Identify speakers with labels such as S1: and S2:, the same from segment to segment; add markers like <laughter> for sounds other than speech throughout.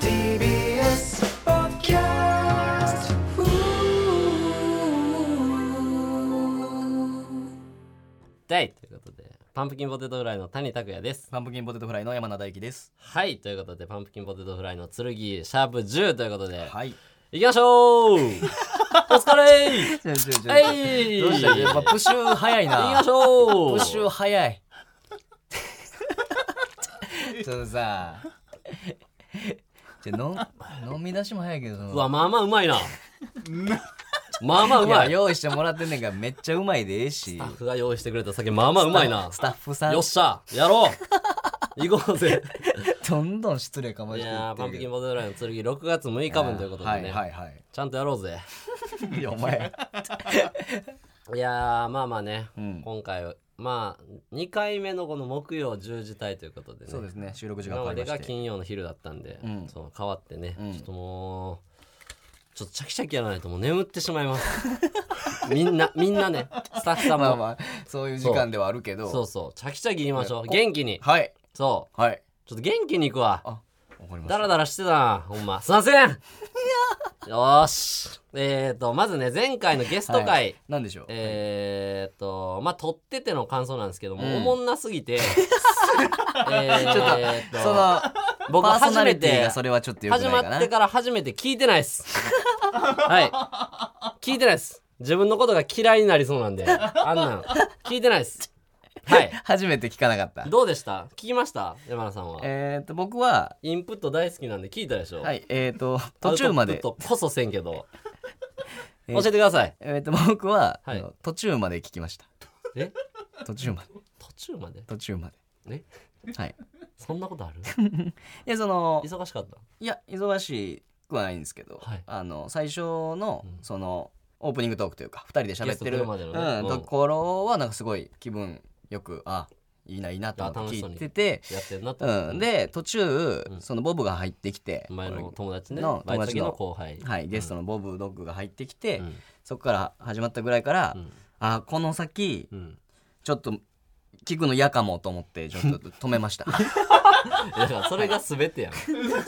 S1: TBS ポッドキャスト
S2: 第ということでパンプキンポテトフライの谷拓也です
S3: パンプキンポテトフライの山名大輝です。
S2: はいということでパンプキンポテトフライの剣シャープ10ということで、
S3: はい。
S2: い、きましょうお疲
S3: <laughs>
S2: れ
S3: ちょちょちょ。
S2: はい
S3: どうしたやっぱプッシュ早い
S2: 行きま
S3: な。
S2: し
S3: プ
S2: ょう
S3: ッシュ
S2: <laughs>
S3: 早い。ちょっとさ。じゃの飲み出しも早いけどその
S2: うわまあまあうまいなまあまあうま
S3: いや
S2: い
S3: 用意してもらってんねんからめっちゃうまいでええし
S2: スタッフが用意してくれた酒まあまあうまいな
S3: スタッフさん
S2: よっしゃやろ
S3: <laughs>
S2: う行こうぜ
S3: どんどん失礼かま
S2: い
S3: して言
S2: やー
S3: って
S2: パ
S3: る
S2: ンプ
S3: け
S2: キン
S3: ど
S2: ポテトフライの剣6月6日分ということでね、
S3: はいはい
S2: ちゃんとやろうぜ
S3: はいいやお前
S2: いやーまあまあね、
S3: うん
S2: 今回はまあ2回目のこの木曜10時帯ということでね
S3: そうですね収録時間
S2: 今
S3: 変わ
S2: ま
S3: り
S2: で
S3: ま
S2: が
S3: して
S2: 金曜の昼だったんで、
S3: うん
S2: その変わってね、
S3: うん
S2: ちょっともうちょっとチャキチャキやらないともう眠ってしまいます
S3: <laughs>
S2: みんなみんなねスタッフさんも、
S3: まあまあそういう時間ではあるけど
S2: そうそうチャキチャキ言いましょう
S3: こ
S2: 元気に
S3: はい
S2: そう
S3: はい
S2: ちょっと元気に行くわ
S3: あわかりました
S2: ダラダラしてたなほんますいませんよーしえーとまずね前回のゲスト会、
S3: はいなんでしょう
S2: えーっとまあ撮ってての感想なんですけども、
S3: うん
S2: おもんなすぎてえーっと
S3: その
S2: 僕
S3: パーソ
S2: 初
S3: ナ
S2: め
S3: リティ
S2: て
S3: がそれはちょっと良く
S2: 始
S3: ないか
S2: ま
S3: な
S2: ってから初めて聞いてないっすはい聞いてないっす自分のことが嫌いになりそうなんであんなん聞いてないっすはい
S3: 初めて聞かなかった
S2: どうでした聞きました山田さんは、
S3: えっと僕は
S2: インプット大好きなんで聞いたでしょ、
S3: はいえっと途中ま
S2: アウ
S3: で
S2: トプットこそせんけ
S3: <laughs>
S2: ど
S3: え
S2: 教えてください
S3: えっと僕は
S2: はい
S3: あの途中まで聞きました
S2: え
S3: 途中まで
S2: 途中まで
S3: 途中ま
S2: え
S3: ではい
S2: そんなことある
S3: <laughs> いやその
S2: 忙しかった
S3: いや忙しくはないんですけど
S2: はい
S3: あの最初の
S2: うん
S3: そのオープニングトークというか二人で喋って
S2: ゲスト来
S3: る
S2: るまでのね
S3: うん
S2: うん
S3: ところはなんかすごい気分よくあいいないいなと思って聞いてて
S2: やってんなって
S3: うん、で途中、
S2: うん
S3: そのボブが入ってきて
S2: 前の友達ね
S3: の
S2: バイト先
S3: 友達
S2: の
S3: の
S2: 後輩
S3: はい、ゲストのボブドッグが入ってきて、
S2: うん
S3: そこから始まったぐらいから、
S2: うん
S3: あこの先
S2: うん
S3: ちょっと聞くの嫌かもと思ってち
S2: <laughs>
S3: ょっと止めました <laughs>
S2: いやだからそれが全てやん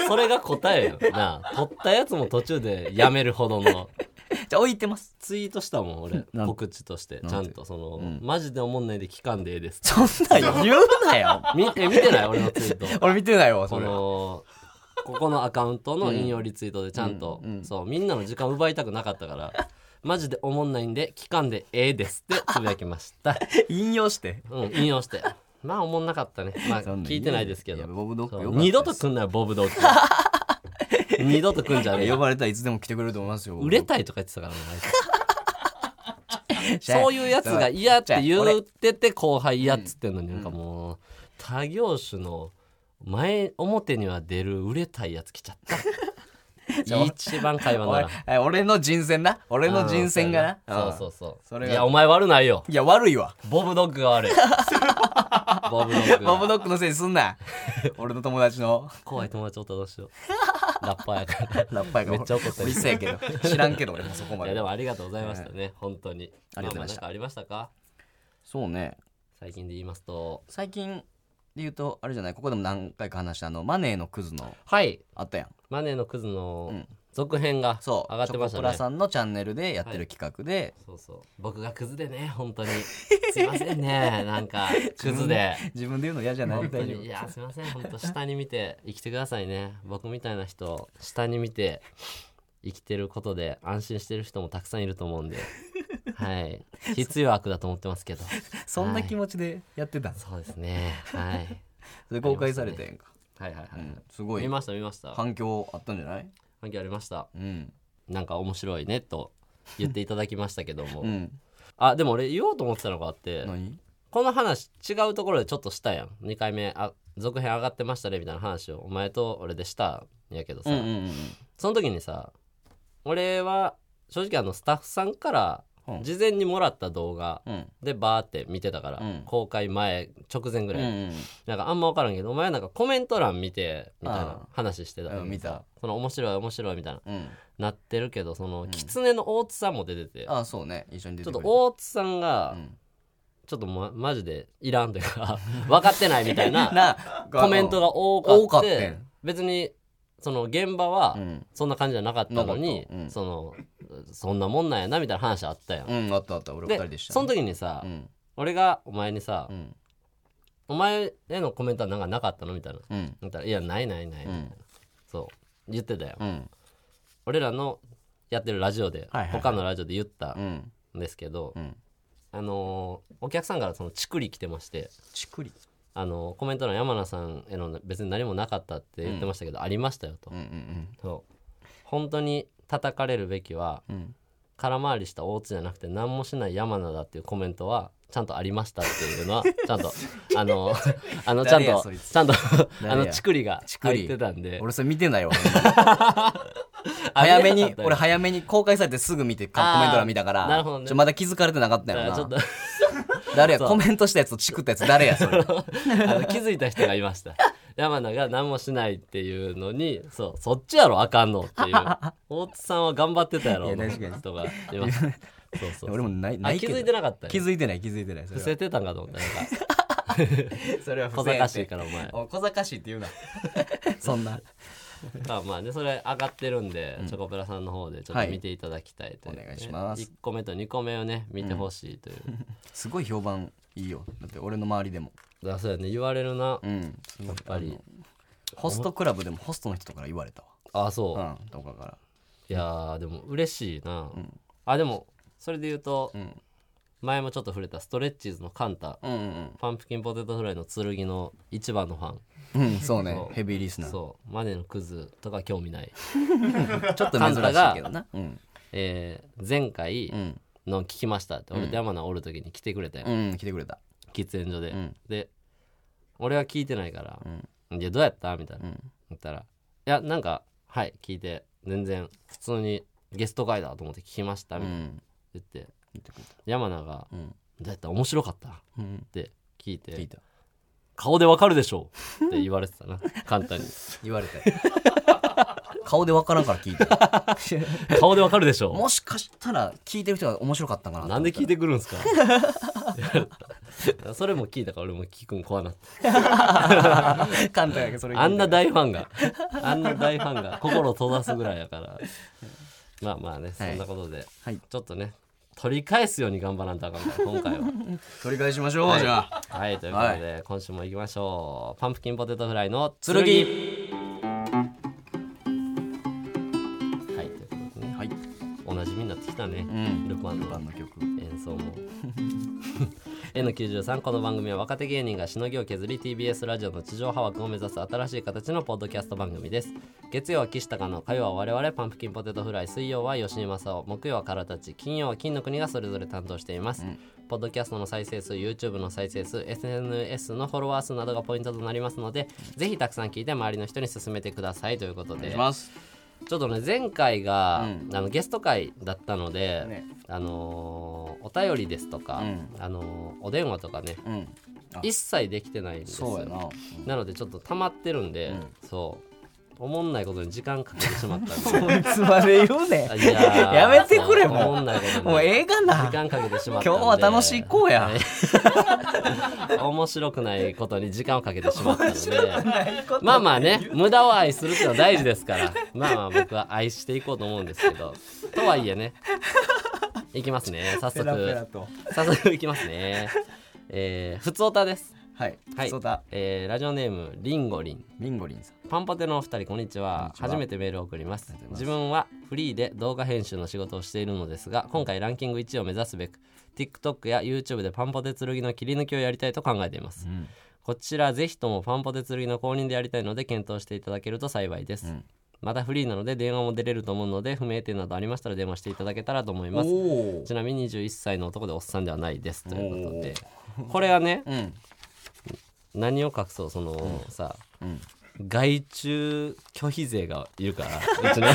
S2: それが答えやんなあ撮ったやつも途中でやめるほどの
S3: じゃあ置いてます
S2: ツイートしたもん俺
S3: なん
S2: 告知として
S3: なんて
S2: ちゃんとその、
S3: ん
S2: マジで思んないで期間でええです
S3: そんなん言うなよ <laughs>
S2: 見て見てない俺のツイート
S3: 俺見てないわそ
S2: こ
S3: れ
S2: のここのアカウントの引用リツイートでちゃんと、
S3: うんうん
S2: そうみんなの時間奪いたくなかったからマジで思んないんで期間でええですってつぶやきました
S3: 引用して
S2: うん、引用して。まあ、おもんなかったね。まあ、
S3: そんん
S2: 聞いてないですけど。
S3: やボブドッグ
S2: そ
S3: よ
S2: う
S3: かった
S2: 二度
S3: で
S2: と
S3: す
S2: 来んなよ、ボブドッグ。
S3: <laughs>
S2: 二度と来んじゃねえ
S3: 呼
S2: よ。
S3: ばれたらいつでも来てくれると思いますよ
S2: 売れたいとか言ってたからな、あいつ <laughs> そういうやつが嫌って言ってて、後輩嫌っつってんのに、なんかもう、他業種の前、表には出る売れたいやつ来ちゃ
S3: <laughs>
S2: った。一番会話な
S3: 俺
S2: ら。
S3: え俺の人選な俺の人選が
S2: う
S3: なんん
S2: そうそうそ。
S3: そうれ
S2: い
S3: が
S2: や、お前悪ないよ。
S3: いや悪いわ
S2: ボブドッグが
S3: <laughs>
S2: 悪い。ボブドッグが。
S3: ボブドッグのせいにす
S2: <laughs>
S3: んな俺の友達の
S2: 怖い友達おったらどうしようラッパーやから
S3: ラッパーが
S2: めっちゃ怒ってる
S3: うるせえけど知らんけど俺もそこま
S2: い
S3: で
S2: やでもありがとうございましたね本当に
S3: ありがとうございま
S2: ああな
S3: した
S2: んかありましたか
S3: そうね
S2: 最近で言いますと
S3: 最近で言うとあれじゃないここでも何回か話したあのマネーのクズの
S2: はい
S3: あったやん
S2: マネーのクズの
S3: うん
S2: 続編が上
S3: そう
S2: がってまし
S3: チョ
S2: た
S3: コプラ
S2: ね
S3: さんのチャンネルでやって
S2: は
S3: る企画で、
S2: そうそう僕がクズでね本当にすいません
S3: <laughs>
S2: ねなんかクズで
S3: 自分で言うの嫌じゃない
S2: 本当
S3: 大丈夫
S2: にいやすいません本当下に見て生きてくださいね僕みたいな人下に見て生きてることで安心してる人もたくさんいると思うんで
S3: <laughs>
S2: はい必要悪だと思ってますけど
S3: そんな気持ちでやってたんです
S2: そうですね。はい。
S3: それ公開されてんか、
S2: はいはいはい。
S3: うん、すご
S2: 見
S3: い
S2: ました見ました。
S3: 反響あったんじゃない
S2: 反響ありました。
S3: うん
S2: なんか面白いねと言っていただきましたけども。
S3: うん
S2: あ、でも俺言おうと思ってたのがあって、
S3: 何
S2: この話違うところでちょっとしたやん。2回目、あ、続編上がってましたねみたいな話をお前と俺でしたんやけどさ、
S3: うんうんうん
S2: その時にさ、俺は正直あのスタッフさんから
S3: うん
S2: 事前にもらった動画
S3: うん
S2: でバーって見てたから、
S3: うん
S2: 公開前直前ぐ
S3: う
S2: らい。
S3: ん
S2: なんかあんま分からんけどお前なんかコメント欄見てみたい
S3: あ
S2: な
S3: あ
S2: 話してた
S3: うん見た
S2: その面白い面白いみたいな
S3: うん
S2: なってるけどその狐の大津さんも出てて、
S3: ああそうね一緒に出
S2: ちょ
S3: て
S2: っと
S3: くれて
S2: 大津さんが
S3: うん
S2: ちょっと、ま、マジでいらんというか <laughs> 分かってないみたいな
S3: <laughs> な
S2: コメントが多かって
S3: 多かってん
S2: 別にその現場は
S3: うん
S2: そんな感じじゃなかったの
S3: な
S2: に
S3: か、ったうん
S2: そのそんなもんなんやなみたいな話あったやん。
S3: うんあったあった俺二人でした
S2: その
S3: 時
S2: 時にさ、
S3: うん
S2: 俺がお前にさ、
S3: うん
S2: お前へのコメントはなんかなかったのみたいな。
S3: うん
S2: だったらいやないないない」み
S3: う
S2: たいなんそう言ってたよ、
S3: うん
S2: 俺らのやってるラジオで、
S3: はいはいはい
S2: 他のラジオで言った
S3: うん
S2: んですけど、
S3: うん
S2: あのーお客さんからそのチクリ来てまして、
S3: ちくり
S2: あのーコメント欄山名さんへの別に何もなかったって言ってましたけど、ありましたよと、
S3: うんうん
S2: そう本当に叩かれるべきは
S3: うんうん
S2: 空回りした大津じゃなくて何もしない山名だっていうコメントはちゃんとありましたっていう
S3: <laughs>
S2: のはちゃんとあのーあのちゃん
S3: 誰や
S2: と
S3: そいつ
S2: ちゃんとあ
S3: 誰や
S2: のチクリが
S3: チクリ
S2: 入ってたんで
S3: 俺それ見てないわ早め
S2: <laughs> あ見れなか
S3: に
S2: ったよ
S3: 俺早めに公開されてすぐ見てか
S2: あー
S3: コメント欄見たから
S2: なるほどね
S3: ちょまだ気づかれてなかった
S2: だ
S3: よ
S2: から
S3: な
S2: ちょっと
S3: 誰や
S2: そう
S3: コメントしたやつとチクったやつ誰やそ
S2: <laughs>
S3: れ
S2: あの気づいた人がいま
S3: <laughs>
S2: した。山名が何もしないっていうのに、そう、そっちやろあかんのって
S3: <laughs>
S2: いう。大津さんは頑張ってたやろ
S3: いや
S2: の
S3: 確かに
S2: 人がい
S3: <laughs>
S2: ました。そうそう
S3: 俺もない
S2: あ
S3: ない
S2: 気
S3: けど
S2: づいてなかった
S3: 気
S2: よ。
S3: づいてない気づいてないそれ
S2: 伏
S3: は
S2: せてたんかと思った。なんか
S3: それは不
S2: 小
S3: 正
S2: 賢
S3: やって
S2: しいからお前。
S3: お小賢しいって言うな <laughs> そんな
S2: <laughs> まあまあね、それ上がってるんで、チョコプラさんの方でちょっ
S3: はい
S2: と見ていただきたいというね、
S3: お願いします
S2: 1個目と2個目をね、見てほしいという。
S3: すごい評判いいよだって俺の周りでも
S2: だからそうやね、言われるな。
S3: うん
S2: やっぱり。
S3: ホストクラブでもホストの人から言われた
S2: あ、そう。
S3: わうんとかから
S2: いやーでも嬉しいな、あでもそれで言うと、
S3: ん
S2: 前もちょっと触れたストレッチーズのカンタ、
S3: うんうん
S2: パンプキンポテトフライの剣の一番のファン、
S3: うんうんそうね
S2: そう
S3: ヘビーリスナーちょ
S2: そうマネのクズとか興味ない、
S3: っと珍しいけどなうん
S2: えー前回
S3: うん
S2: の聞きましたって、俺と山名おる時に来てくれたよ、
S3: うん来てくれた
S2: 喫煙所で、
S3: ん
S2: で俺は聞いてないから「いやどうやった?」みたいな、
S3: ん
S2: 言ったら「いやなんかはい聞いて全然普通にゲスト会だと思って聞きました」み
S3: う
S2: たいな、
S3: ん
S2: 言って
S3: 言ってくれた
S2: 山名が「
S3: うん
S2: だった面白かったっ
S3: うん
S2: て聞い
S3: 聞い
S2: て
S3: た
S2: 顔でわかるでしょうって言われてた
S3: <laughs>
S2: な簡単に
S3: 言われたよ <laughs> 顔でわからんから聞いた
S2: 顔でわかるでしょ
S3: もしかしたら聞いてる人が面白かったんかな
S2: う
S3: と
S2: な
S3: 思
S2: ん
S3: っ
S2: で
S3: た
S2: 聞いてくるん
S3: <laughs>
S2: すか言われたそれも聞いたから俺も聞くん怖なった
S3: 簡単やけどそれ
S2: あんな大ファンがあんな大ファンが心を閉ざすぐらいやからまあまあねそんなことで、
S3: はい
S2: ちょっとね取り返すように頑張らんとあかんから今回は
S3: 取り返しましょうじゃあ
S2: はいということで、今週も行きましょうパンプキンポテトフライの剣はい
S3: 剣
S2: ということでね
S3: はい
S2: おなじみになってきたね、
S3: ん
S2: ルパンの
S3: バンの曲
S2: 演奏も <laughs> N93 この番組は若手芸人がしのぎを削り TBS ラジオの地上波枠を目指す新しい形のポッドキャスト番組です月曜は岸高の火曜は我々パンプキンポテトフライ水曜は吉井正夫木曜はカラタチ金曜は金の国がそれぞれ担当しています、ポッドキャストの再生数 YouTube の再生数 SNS のフォロワー数などがポイントとなりますのでぜひたくさん聞いて周りの人に勧めてくださいということ
S3: お願い
S2: で
S3: します
S2: ちょっとね前回が、
S3: うん
S2: あのゲスト会だったので、
S3: ね
S2: あのーお便りですとか、
S3: うん
S2: あのーお電話とかね
S3: うんあ
S2: 一切できてないんです
S3: そう
S2: よ
S3: やな
S2: なのでちょっと溜まってるんで、
S3: うん
S2: そうおもんないことに時間かけてしま
S3: <laughs>
S2: ったんで
S3: こいつまで言うね
S2: あいやー
S3: やめてくれ
S2: そう
S3: もう
S2: おもんないことに
S3: もうええがな
S2: 時間かけてしまったんで
S3: 今日は楽しいこうや
S2: <laughs> 面白くないことに時間をかけてしまったので
S3: こ
S2: まあまあね無駄を愛するっていうのは大事ですからまあまあ僕は愛していこうと思うんですけどとはいえねいきますね早速
S3: と
S2: 早速いきますねえー、ふつおたです
S3: はい
S2: はい
S3: そうだ
S2: えーラジオネームりんごりん
S3: リンゴリンさん
S2: パンパテのお二人こんにちは
S3: こんにちは
S2: 初めてメールを送ります
S3: りがとうござ
S2: 自
S3: います
S2: 分はフリーで動画編集の仕事をしているのですが今回ランキング1位を目指すべく TikTok や YouTube でパンパテ剣の切り抜きをやりたいと考えています、
S3: ん
S2: こちらぜひともパンパテ剣の公認でやりたいので検討していただけると幸いです、
S3: ん
S2: またフリーなので電話も出れると思うので不明点などありましたら電話していただけたらと思います
S3: おー
S2: ちなみに21歳の男でおっさんではないですということでこれはね
S3: うん
S2: 何を隠そうその、さ、
S3: ん
S2: 外注拒否勢がいる
S3: <laughs>
S2: からうちの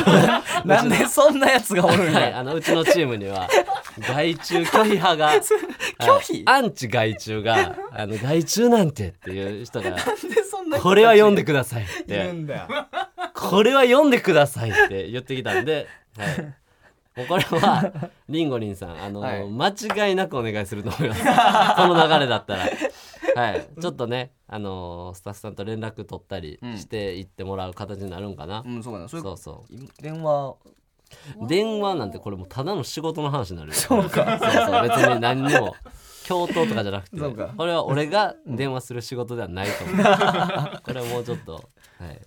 S3: なんでそんなやつがおるん
S2: はい、
S3: や
S2: あのうちのチームには外注拒否派が
S3: <laughs> 拒否
S2: はいアンチ外注があの外注なんてっていう人が
S3: なんでそんな
S2: これは読んでくださいって
S3: んだ <laughs>
S2: これは読んでくださいって言ってきたんで、はい、もうこれはリンゴリンさんあの、
S3: はい
S2: 間違いなくお願いすると思
S3: <laughs>
S2: いますその流れだったらはいちょっとねあのスタッフさんと連絡取ったりしていってもらう形になるんかな、
S3: うんそうかなそうい
S2: そうそう
S3: 電話
S2: う電話なんてこれもうただの仕事の話になるそうかそうそう別に何にも教頭とかじゃなくて
S3: そうか
S2: これは俺が電話する仕事ではない
S3: <laughs>
S2: と思うこれはもうちょっとはい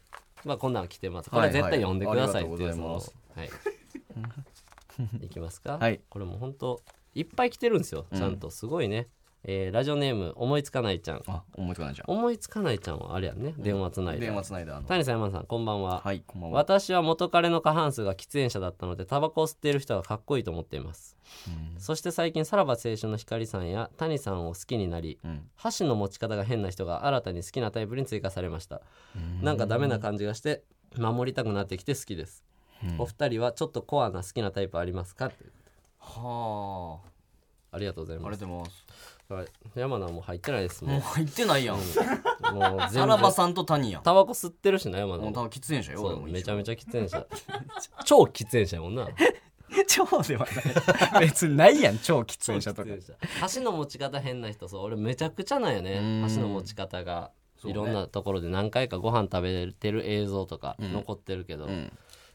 S2: まあこんなん来てますこれは絶対読んでくださいっていう
S3: はいはいありがとうございます
S2: はい
S3: <laughs>
S2: いきますか、
S3: はい
S2: これもうほんといっぱい来てるんですよちゃんと、すごいね、えーラジオネーム思いつかないちゃん
S3: あ思いつかないじゃん
S2: 思いつかないちゃんはあれやんね電話つないで、
S3: 電話つないだあの
S2: 谷さん山田さんこんばんは
S3: はいこんばんは
S2: 私は元彼の過半数が喫煙者だったのでタバコを吸っている人がかっこいいと思っています、
S3: う
S2: そして最近さらば青春の光さんや谷さんを好きになり
S3: うん
S2: 箸の持ち方が変な人が新たに好きなタイプに追加されましたなんかダメな感じがして守りたくなってきて好きです、
S3: うん
S2: お二人はちょっとコアな好きなタイプありますかって
S3: はあ
S2: ありがとうござい
S3: あ
S2: ま
S3: りが
S2: す
S3: とうござい
S2: はい山名はもう入ってないです
S3: ますもう
S2: も
S3: 入ってないやん
S2: うもう全
S3: さらば
S2: 然
S3: さんと谷やん
S2: タバコ吸ってるしな山
S3: も
S2: 名
S3: う多
S2: も
S3: 分喫煙者よ
S2: そ
S3: 俺
S2: う
S3: も
S2: め
S3: 一
S2: ちゃ
S3: 応
S2: めちゃ喫煙
S3: <laughs>
S2: 者超喫煙者やもんな
S3: 超ではない別にないやん超喫煙者とか
S2: 箸の持ち方変な人そう俺めちゃくちゃなんよ
S3: う
S2: ね
S3: ん
S2: 箸の持ち方が、
S3: そう
S2: い
S3: ね
S2: ろんなところで何回かご飯食べてる映像とか
S3: ん
S2: 残ってるけど、
S3: ん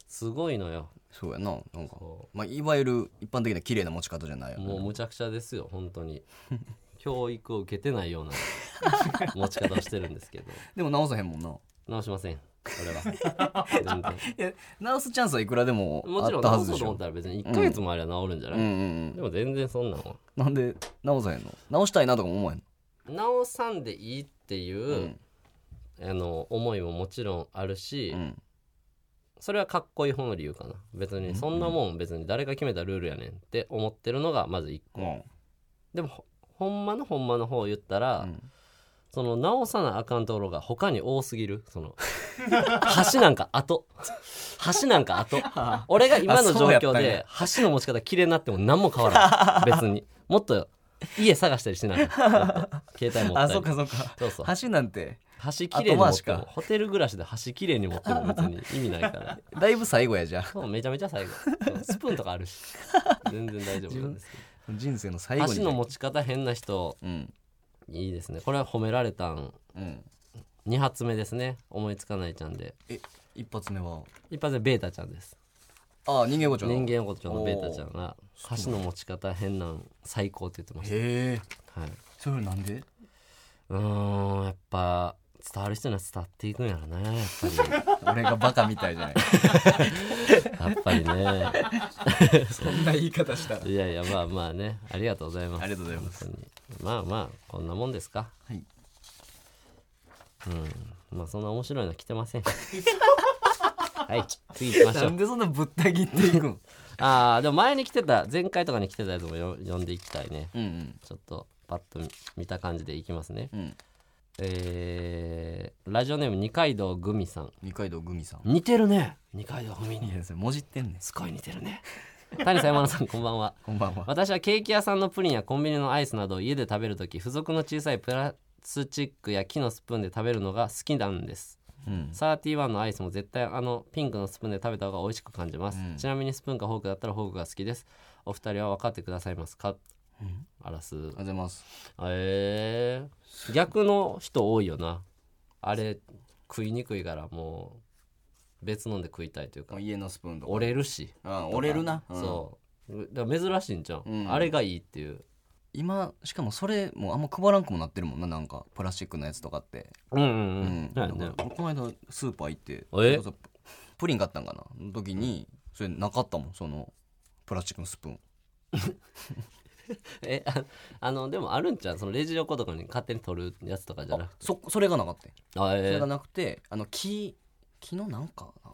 S2: すごいのよ
S3: そうやななんか
S2: そ
S3: まあいわゆる一般的な綺麗な持ち方じゃないよね
S2: もうむちゃくちゃですよ本当
S3: <laughs>
S2: に教育を受けてないような持ち方をしてるんですけど
S3: でも直さへんもんな
S2: 直しません俺
S3: <laughs>
S2: は全然
S3: いや直すチャンスはいくらでも
S2: も
S3: あ
S2: ちろ
S3: っ
S2: ん
S3: たは
S2: 直そ
S3: ずで
S2: う
S3: し
S2: と思っ
S3: ょ
S2: たら別に1ヶ月もあれば治るんじゃな
S3: う
S2: い、
S3: んうん
S2: でも全然そんなんは
S3: うんなんで直さへんの直したいなとかも思わへんの
S2: 直さんでいいっていう、
S3: うん
S2: あの思いももちろんあるし、
S3: うん
S2: それはかっこいい方の理由かな別にそんなもん別に誰が決めたルールやねんって思ってるのがまず一個
S3: うん
S2: でもほほんまのほんまの方を言ったら、
S3: ん
S2: その直さなあかんところが他に多すぎるその <laughs> 橋なんか後橋なんか
S3: <laughs>
S2: 後俺が今の状
S3: あそうやっ
S2: 況
S3: たん
S2: で
S3: や
S2: 橋の持ち方綺麗になっても何も変わらない別にもっと家探したりして
S3: <laughs>
S2: ない携帯持った
S3: あ
S2: り
S3: そっか <laughs> そっか
S2: そうそう
S3: 橋なんて
S2: 橋綺麗に持って
S3: 後回し
S2: も
S3: か
S2: ホテル暮らしで橋綺麗に持っても別に
S3: <laughs>
S2: 意味ないから
S3: だいぶ最後やじゃあ
S2: そうめちゃめちゃ
S3: <laughs>
S2: 最後そうスプーンとかあるし全然大丈夫なんですけ
S3: 人生の最
S2: ど
S3: 後に
S2: 箸の持ち方変な人
S3: うん
S2: いいですねこれは褒められたん
S3: うん
S2: 2発目ですね思いつかないちゃんで
S3: え一発目は
S2: 一発目ベータちゃんです
S3: あ人間横丁
S2: 人間横丁のベータちゃんが箸の持ち方変なん最高って言ってまし
S3: へえ
S2: た、はい、
S3: それなんで
S2: うーんやっぱ伝わる人には伝わっていくんやろねやっぱ
S3: 俺がバカみたいじゃない
S2: りやっぱりね
S3: <laughs> そんな言い方したら
S2: いやいやまあまあねありがとうございます
S3: ありがとうございます
S2: 本当にまあまあこんなもんですか
S3: はい
S2: まあそんな面白いのは来てま
S3: <laughs>
S2: せん。はい、次行きまし
S3: な
S2: ょ
S3: ん
S2: う。
S3: でそんなぶった切っていくん
S2: ああ、でも前に来てた、前回とかに来てたやつもよ読んでいきたいね。
S3: うんうん
S2: ちょっとパッと見見た感じでいきますね。
S3: うん
S2: えー、ラジオネーム二階堂グミさん。
S3: 二階堂グミさん
S2: 似てるね。二階堂グミに。
S3: いやそれもじってんねん
S2: すごい似てるね。谷さん山田さんこんばんは。
S3: こんばんは
S2: 私はケーキ屋さんのプリンやコンビニのアイスなどを家で食べるとき付属の小さいプラスチックや木のスプーンで食べるのが好きなんです。
S3: うん
S2: サーティワンのアイスも絶対あのピンクのスプーンで食べた方が美味しく感じます、
S3: うん
S2: ちなみにスプーンかフォークだったらフォークが好きですお二人は分かってくださいますか、
S3: うん
S2: あらす
S3: ありがとうございます
S2: えー、逆の人多いよなあれ食いにくいからもう別のんで食いたいというか
S3: もう家のスプーンとか
S2: 折れるし、
S3: うん折れるなうん
S2: そうだから珍しいんじゃん、
S3: うん
S2: あれがいいっていう
S3: 今しかもそれもうあんま配らんくもなってるもんななんかプラスチックのやつとかって
S2: うんうん
S3: う
S2: うん、だよね
S3: なんか俺この間スーパー行って
S2: おえ
S3: それこそプリン買ったんかなの時にそれなかったもんそのプラスチックのスプーン
S2: えああのでもあるんちゃうそのレジ横とかに勝手に取るやつとかじゃなくて
S3: そそれがなかったよ
S2: あ
S3: それ
S2: え
S3: がなくてあの木木のなんかな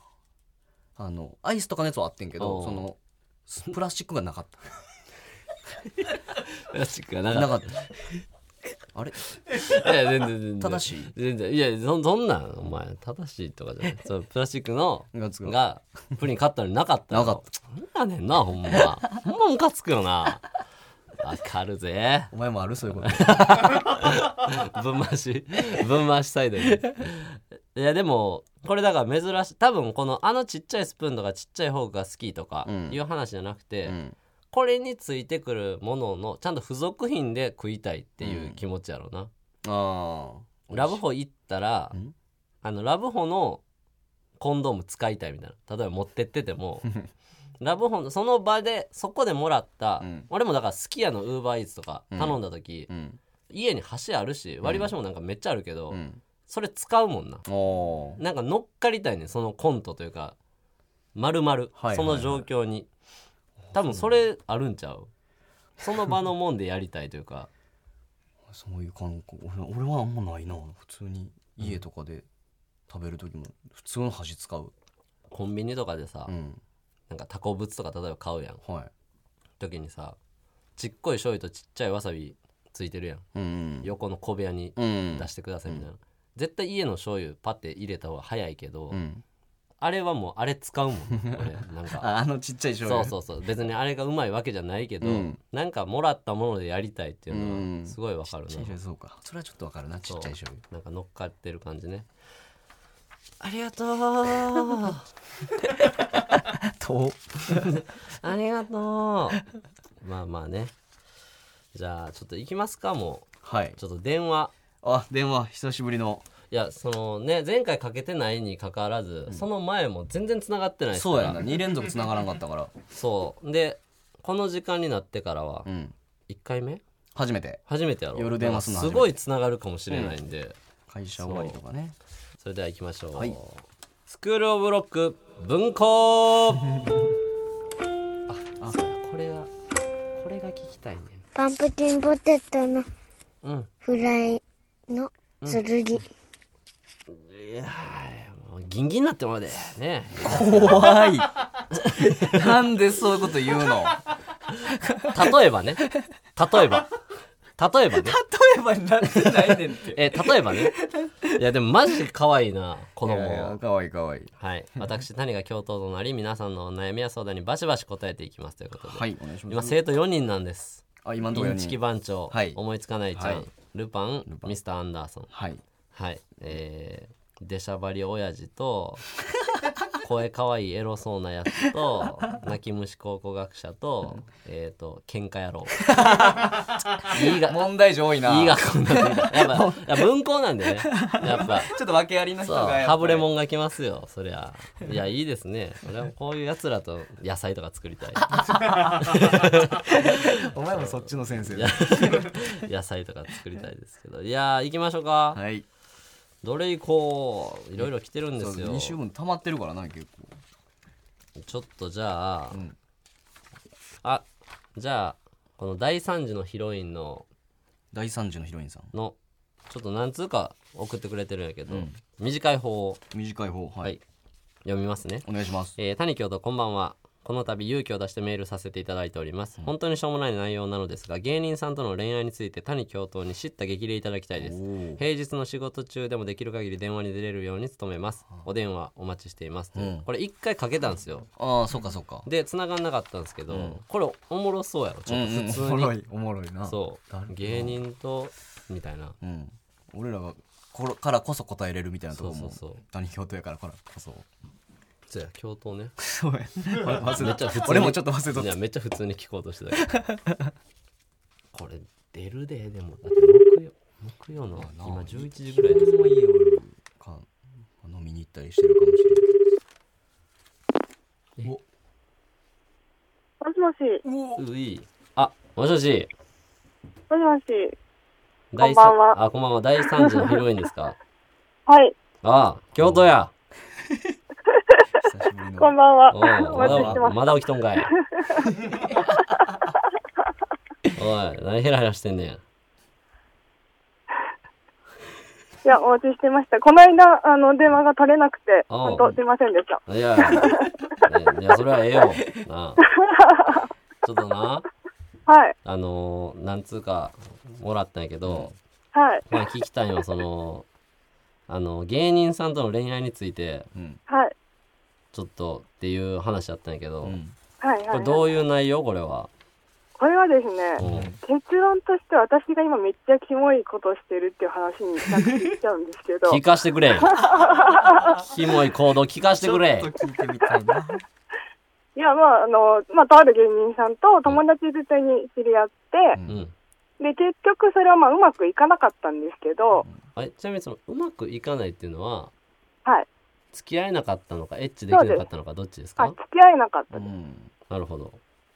S3: あのアイスとかのやつはあってんけ
S2: お
S3: ど
S2: う
S3: そのすプラスチックがなかっ
S2: プラスチックがな
S3: た
S2: かっ
S3: な
S2: た
S3: か <laughs> ったあれ
S2: いや全然全然
S3: 正しい
S2: 全然いやそそんなんお前正しいとかじゃないそのプラスチックの
S3: がつくな
S2: がプリン買ったのになかったの
S3: なかっ
S2: なんやねんなほんまほんまムカつくよなわかるぜ
S3: お前もあるそういうこと
S2: ぶん回しぶん回しサイドにいやでもこれだから珍しい多分このあのちっちゃいスプーンとかちっちゃい方が好きとか
S3: うん
S2: いう話じゃなくて、
S3: うん
S2: これについてくるもののちゃんと付属品で食いたいっていう気持ちやろうな、
S3: ああ
S2: ラブホ行ったら
S3: うん
S2: あのラブホのコンドーム使いたいみたいな例えば持ってってて
S3: <laughs>
S2: もラブホのその場でそこでもらった、
S3: うん
S2: 俺もだからすき家のウーバーイーツとか頼んだ時、
S3: うん
S2: 家に箸あるし割り箸もなんかめっちゃあるけど、
S3: うん
S2: それ使うもんな
S3: おお
S2: なんか乗っかりたいねんそのコントというか丸々、
S3: はい
S2: その状況に多分それあるんちゃうその場のもんでやりたいというか
S3: そういう感覚俺俺はあんまないな普通に家とかで食べる時も普通の箸使う
S2: コンビニとかでさ、
S3: うん
S2: なんかタコ物とか例えば買うやん
S3: はい
S2: 時にさちっこい醤油とちっちゃいわさびついてるやん
S3: うん
S2: 横の小部屋に
S3: うん
S2: 出してくださいみたいな、絶対家の醤油パッて入れた方が早いけど、
S3: うん
S2: あれはもうあれ使う
S3: <laughs>
S2: もん俺なんか
S3: ああのちっちゃい醤
S2: そ
S3: 油
S2: うそうそう別にあれがうまいわけじゃないけど、
S3: うん
S2: なんかもらったものでやりたいっていう
S3: う
S2: のは
S3: ん
S2: すごいわかるな、
S3: ちっちゃい醤油そうかそれはちょっとわかるなちっちゃい醤油
S2: なんか乗っかってる感じ
S3: <laughs>
S2: ねありがとう
S3: と
S2: ありがとうまあまあねじゃあちょっと行きますかも
S3: はいう
S2: ちょっと電話
S3: あ電話久しぶりの
S2: いやそのね前回かけてないにかかわらず、その前も全然つながってないですから
S3: そうやな2連続繋がらんかったから
S2: そうでこの時間になってからは
S3: うん
S2: 1回目
S3: 初めて
S2: 初めてやろ
S3: 夜電話すんの
S2: だからすごいつながるかもしれないんで、
S3: 会社終わりとかね
S2: それでは行きましょう、
S3: はい
S2: スクール・オブ・ロック文庫 <laughs> ああこれがこれが聞きたいね
S4: パンプキンポテトの
S2: うん
S4: フライの剣。
S2: いやーもうギンギンになってまでね
S3: 怖 <laughs> いなんでそういうこと言うの
S2: 例えばね例えば <laughs> 例えばね
S3: 例えばになってないねんって
S2: え例えばねいやでもマジで可愛いな子
S3: い
S2: 供
S3: やいやかわいいかわいい
S2: はい私谷が教頭となり皆さんのお悩みや相談にバシバシ答えていきますということで、
S3: はいお願いし
S2: 今
S3: ます
S2: 生徒4人なんです
S3: あ今
S2: イ
S3: のところ
S2: ン
S3: に
S2: チキ番長、
S3: はい
S2: 思いつかないちゃん、
S3: はい
S2: ルパン
S3: ルパン
S2: ミスターアンダーソン
S3: はい
S2: はいえー、出しゃばり親父と <laughs> 声かわいいエロそうなやつ
S3: <laughs>
S2: と泣き虫考古学者とえっ、ー、と喧嘩野
S3: <laughs>
S2: 郎いいが
S3: 問題児多いない
S2: い学校なんでやっぱいや文校なんでねや
S3: <laughs>
S2: っぱ
S3: ちょっと訳ありの人
S2: そう
S3: がやっぱり
S2: ハブレモンが来ますよそりゃいやいいですね俺はこういうやつらと野菜とか作り
S3: <laughs>
S2: たい
S3: お前もそっちの先生
S2: いや野菜とか作りたいですけどいやー行きましょうか、
S3: はい
S2: どれ行こういろいろ来てるんで
S3: そう
S2: すよ
S3: 2週分溜まってるからな結構
S2: ちょっとじゃあ、
S3: ん
S2: あじゃあこの第3次のヒロインの
S3: 第3次のヒロインさん
S2: のちょっと何通か送ってくれてるんやけど、
S3: うん
S2: 短い方を
S3: 短い方はい、
S2: はい読みますね
S3: お願いします
S2: えー谷京都こんばんはこの度勇気を出してメールさせていただいております、本当にしょうもない内容なのですが芸人さんとの恋愛について谷教頭に知った激励いただきたいです
S3: おー
S2: 平日の仕事中でもできる限り電話に出れるように努めますお電話お待ちしています、
S3: うん
S2: これ一回かけたんですよ
S3: ああそっかそっか
S2: で繋がんなかったんですけど、
S3: うん
S2: これおもろそうやろちょっと普通に、
S3: おもろいおもろいな
S2: そう芸人とみたいな
S3: うん、俺らがこれからこそ答えれるみたいなところも
S2: そうそうそう
S3: 谷京都やからからこそ
S2: そうや教頭
S3: <laughs>
S2: ね
S3: そうや俺忘
S2: め
S3: れ
S2: っちゃ普通に
S3: 俺もちょっと忘れとっ
S2: い
S3: た
S2: やめっちゃ普通に聞こうとしてたけど
S3: <laughs>
S2: これ出るででもだって木曜木曜の今11時ぐらいです
S3: ほんま家おるか飲みに行ったりしてるかもしれない
S5: もしもし、
S3: おお
S2: ういあもしもし
S5: もしもし。
S2: 第
S5: こんばんは
S2: 三あこんばんは第3次のヒロインですか
S5: はい、
S2: ああ京都や
S3: 久しぶりの
S5: こんばんは。
S2: お
S5: お
S2: うま
S5: 待ちして
S2: だ
S5: ます。
S2: まだ起きとんか
S5: <laughs>
S2: いおい何ヘラヘラしてんねん
S5: いや、お待ちしてました。この間、あの、電話が取れなくて、
S2: おう
S5: 本当すいませんでした。
S2: いやいや、ねいやそれはええよ。なあちょっとな、
S5: はい、
S2: あのー、なんつうか、もらったんやけど、
S5: はい、
S2: まあ聞きたいのは、その、あの、芸人さんとの恋愛について、
S3: うん
S5: はい、
S2: ちょっとっていう話だったんやけど、
S3: うん
S5: はい、
S2: こ
S5: は
S2: れ
S5: い。
S2: どういう内容これは。
S5: これはですね、
S2: うん
S5: 結論として私が今めっちゃキモいことしてるっていう話になってきちゃうんですけど、
S2: 聞かしてくれ。キモい行動聞かしてくれ
S3: ちょ。っと聞いてみたいな。
S5: いや、まあ、あの、まあ、とある芸人さんと友達絶対に知り合って、
S2: う
S3: うん
S2: ん。
S5: で、結局それはまあ、うまくいかなかったんですけど、
S2: あちなみにそのうまくいかないっていうのは
S5: はい。
S2: 付き合えなかったのかエッチできなかったのかどっちですか
S5: あ、付き合えなかっ
S3: う
S5: たです。
S3: ん。
S2: なるほど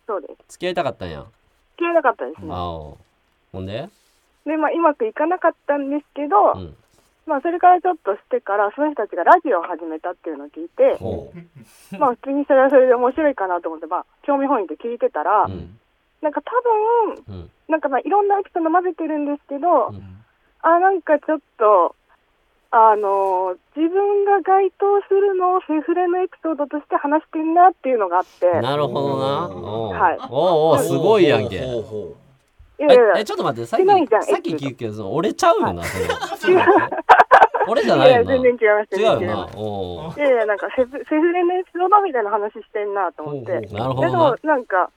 S5: そうです。
S2: 付き合いたかったんや
S5: 付き合えなかったです
S2: あ
S5: ね。
S2: おほんで
S5: で、まあ、うまくいかなかったんですけど、
S2: うん
S5: まあ、それからちょっとしてから、その人たちがラジオを始めたっていうのを聞いて、
S2: ほ
S5: まあ、普通にそれはそれで面白いかなと思って、まあ、興味本位で聞いてたら、
S2: うう
S3: うんん
S5: なんか多分、
S2: うん
S5: なんかまあ、いろんなエピソード混ぜてるんですけど、
S2: うん
S5: あ、なんかちょっと、あのー自分が該当するのをセフレのエピソードとして話してんなっていうのがあって、
S2: なるほどなおう
S5: はい
S2: おうおうすごいやんけ
S3: ほうほ
S5: いやいや
S2: ええ
S5: い
S2: ちょっと待ってさっ
S5: してないじゃん
S2: きさっき
S5: エッチ
S2: 聞くけどその俺ちゃうよなそれちょっと待って俺じゃない
S5: や、
S2: よ
S5: いや
S2: な
S5: 全然違いました、
S2: 違うよ
S5: 全然違いま
S2: な
S5: し
S2: おう
S5: た。いやいや、なんかセフセフレのエピソードみたいな話してんなと思って。
S3: ほう
S2: なるほ
S5: で
S2: ど
S5: も
S2: な、
S5: なんか、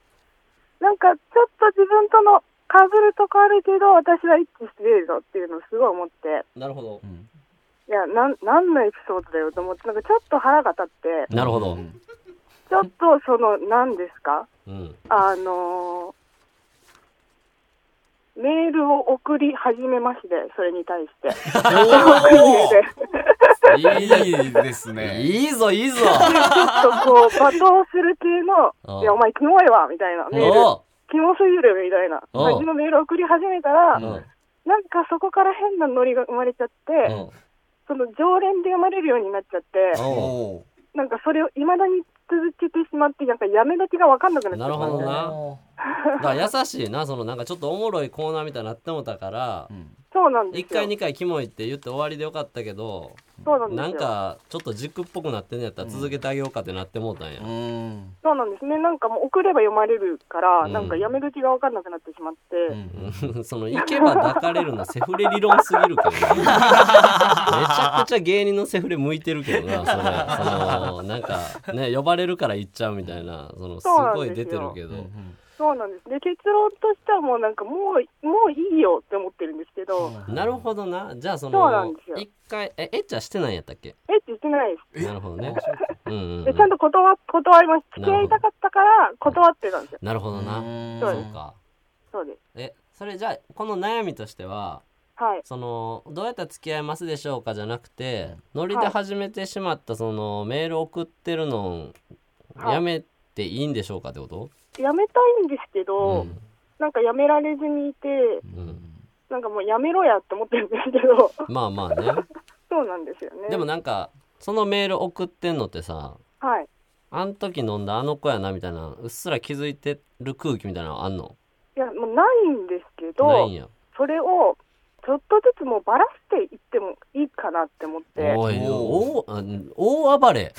S5: なんか、ちょっと自分との被るとこあるけど、私は一致してるぞっていうのをすごい思って、
S2: なるほど
S3: う。うん
S5: いや、なん、なんのエピソードだよと思って、なんかちょっと腹が立って、
S2: なるほど
S3: うん
S5: ちょっとその、何ですか
S2: うん
S5: あのーメールを送り始めまして、それに対して。で
S2: い
S3: いいです
S2: い
S3: ね。
S2: いいぞい
S5: <laughs>
S2: いぞ
S5: <laughs> ちょっとこう、罵倒する系
S2: ああ
S5: の、いや、お前キモいわみたいな、メール、
S2: お
S5: キモすぎるみたいな
S2: ああ
S5: 感じのメールを送り始めたら、
S2: ううん
S5: なんかそこから変なノリが生まれちゃって、
S2: うん
S5: その常連で読まれるようになっちゃって、
S2: おう
S3: ほ
S5: なんかそれを未だに続けてしまって、なんかやめ時が分かんなくなっちゃ
S2: なる
S5: っ
S2: ほ
S5: たん
S2: ど
S5: ですよね。
S2: なだから優しいなそのなんかちょっとおもろいコーナーみたいになってもたから
S3: う。うん。
S5: そうなんで
S2: 1
S5: すよ。
S2: 回2回キモいって言って終わりでよかったけど
S5: そうなんですよ。
S2: なんかちょっと軸っぽくなってんのやったら続けてあげようかってなってもうたんや、
S3: うん。
S5: そうなんですね。なんかもう送れば読まれるから、
S2: うん
S5: なんかやめ時が分かんなくなってしまって、
S3: うん。
S2: <laughs> その行けば抱かれるのセフレ理論すぎるけどな
S5: <laughs>
S2: めちゃくちゃ芸人のセフレ向いてるけどなそれそのなんかね呼ばれるから行っちゃうみたいなそのす
S5: そうなん
S2: ごい
S5: です
S2: 出
S5: よ
S2: てるけ
S3: う
S2: ど
S3: ん
S5: そうなんです。で、結論としてはもうなんかもう、もういいよって思ってるんですけど、
S2: なるほどなじゃあそ
S5: そうな
S2: の
S5: んですよ
S2: 一回えエッチはしてないんやったっけ
S5: エッチしてないで
S3: え
S5: す。
S2: なるほどねうんうん、う
S5: で、ちゃんと断、断りました。付き合いたかったから、断ってたんですよ。
S2: なるほどな
S3: うん
S5: そう
S2: そ
S5: で
S2: う
S5: す
S2: か
S5: そうです。
S2: えそれじゃあこの悩みとしては
S5: はい。
S2: そのどうやったら付き合いますでしょうかじゃなくてノリで始めてしまったそのメール送ってるの
S5: はい
S2: やめていいんでしょうかってこと、
S5: やめたいんですけど、なんかやめられずにいて、
S2: うんうん、
S5: なんかもうやめろやって思ってるんですけど、 <laughs>
S2: まあまあね
S5: そうなんですよね。
S2: でもなんかそのメール送ってんのってさ
S5: はい。
S2: あん時飲んだあの子やなみたいなうっすら気づいてる空気みたいなのあんの
S5: いや、もうないんですけ
S2: ないん
S5: ど、
S2: や
S5: それを、ちょっとずつもうばらしていってもいいかなって思って。
S2: おいお
S3: お
S2: あ大暴
S5: <laughs>
S2: れ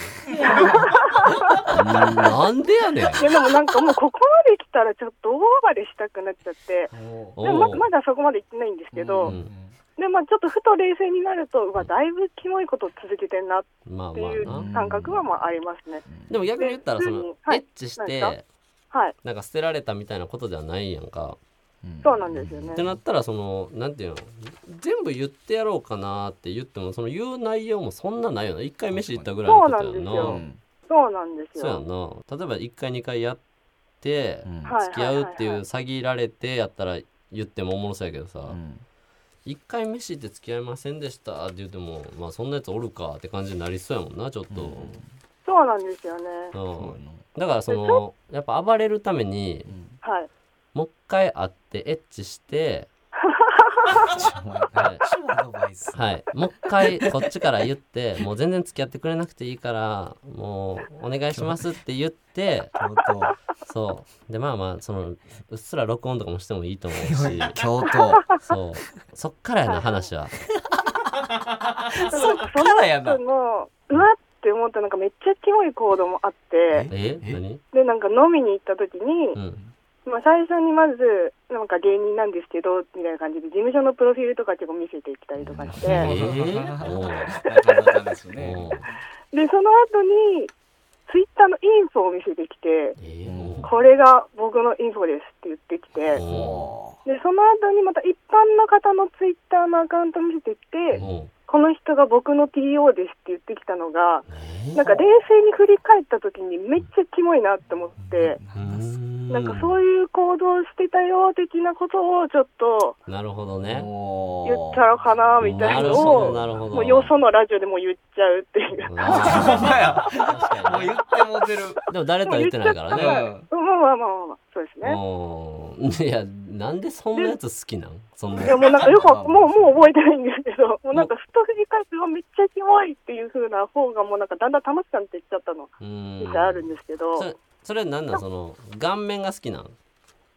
S2: なんでやねん
S5: いやでもなんかもうここまで来たらちょっと大暴れしたくなっちゃって、
S2: お
S5: でもま
S2: う
S5: まだそこまで行ってないんですけど、
S2: うん
S5: でまあ、ちょっとふと冷静になると、うわ、だいぶキモいこと続けてんなっ
S2: まあ
S5: て
S2: ま
S5: いう
S2: あな
S5: 感覚はまあありますね。
S2: でも逆に言ったらそ
S5: で普
S2: の
S5: 通にはい
S2: エッチし
S5: 何
S2: て
S5: ですかはい、
S2: なんか捨てられたみたいなことではないやんか。
S5: そうなんですよね
S2: っ。てなったらそのなんていうの全部言ってやろうかなって言ってもその言う内容もそんなないよな一回飯行ったぐらいのことやんな
S5: そうなんですよ
S3: ん
S5: そうなんです
S2: そうや
S5: よ。
S2: んな例えば一回二回やって
S3: うん
S5: はい
S2: 付き合うってい
S5: は
S2: う
S5: いはい
S2: 詐欺られてやったら言ってもおもろそうやけど
S3: う
S2: さ
S3: ん
S2: 一回飯行って付き合いませんでしたって言ってもまあそんなやつおるかって感じになりそうやもんなちょっと。
S5: そうなんですよね。
S2: うん
S3: そうやな
S2: だからそのやっぱ暴れるために
S3: うん
S5: はい。
S2: もう一回会ってエッチして
S3: はい超アドバイス
S2: はい、もう一回こっちから言ってもう全然付き合ってくれなくていいからもうお願いしますって言って
S3: 教
S2: そうでまあまあそのうっすら録音とかもしてもいいと思うし
S3: 頭教頭
S2: そうそっからやな話は
S5: だからなんかそ
S3: からやな
S5: の人の、うわって思ったなんかめっちゃキモい行動もあって、
S2: え
S3: え
S2: 何
S5: で、なんか飲みに行った時に
S2: う、ん
S5: まあ、最初にまず、なんか芸人なんですけど、みたいな感じで、事務所のプロフィールとか結構見せてきたりとかして、
S2: えー、おう
S3: なかなかです
S2: おう
S5: で、その後に、ツイッターのインフォを見せてきて、
S2: えー、おう
S5: ここれが僕のインフォですって言ってきて、
S2: お
S5: で、その後にまた一般の方のツイッターのアカウント見せてき
S2: ー
S5: て、
S2: お
S5: この人が僕の TO ですって言ってきたのが、
S2: ーえ
S5: なんか冷静に振り返った時にめっちゃキモいなって思って、
S2: ー
S5: なんかそういう行動してたよ的なことをちょっと
S2: なるほどね。
S5: 言ったらかなみた
S2: な
S5: いな
S2: る
S5: の
S2: ほど、
S5: を、
S2: なるほど。
S5: もうよそのラジオでも言っちゃうっていう。
S2: うわ
S3: ほんまや
S2: ー確
S3: も
S2: か
S3: う
S2: に
S3: 言
S2: ね
S3: ってもうてる
S2: でも誰とは言ってないから
S5: もう言っちゃ
S2: ね。
S5: ったかまあまあまあまあまあ、そうで
S2: う
S5: すね。
S2: ん。いや、なんでそんなやつ好きなんそんない
S5: や
S2: や
S5: もうなんかよくわ、もう、もう覚えてないんですけど、もうなんかふと振り返って、うわめっちゃキモいっていう風な方がもうなんかだんだん楽しくなっていっちゃったの
S2: うん
S5: があるんですけど
S2: そ、れそれなんなんその顔面が好きなん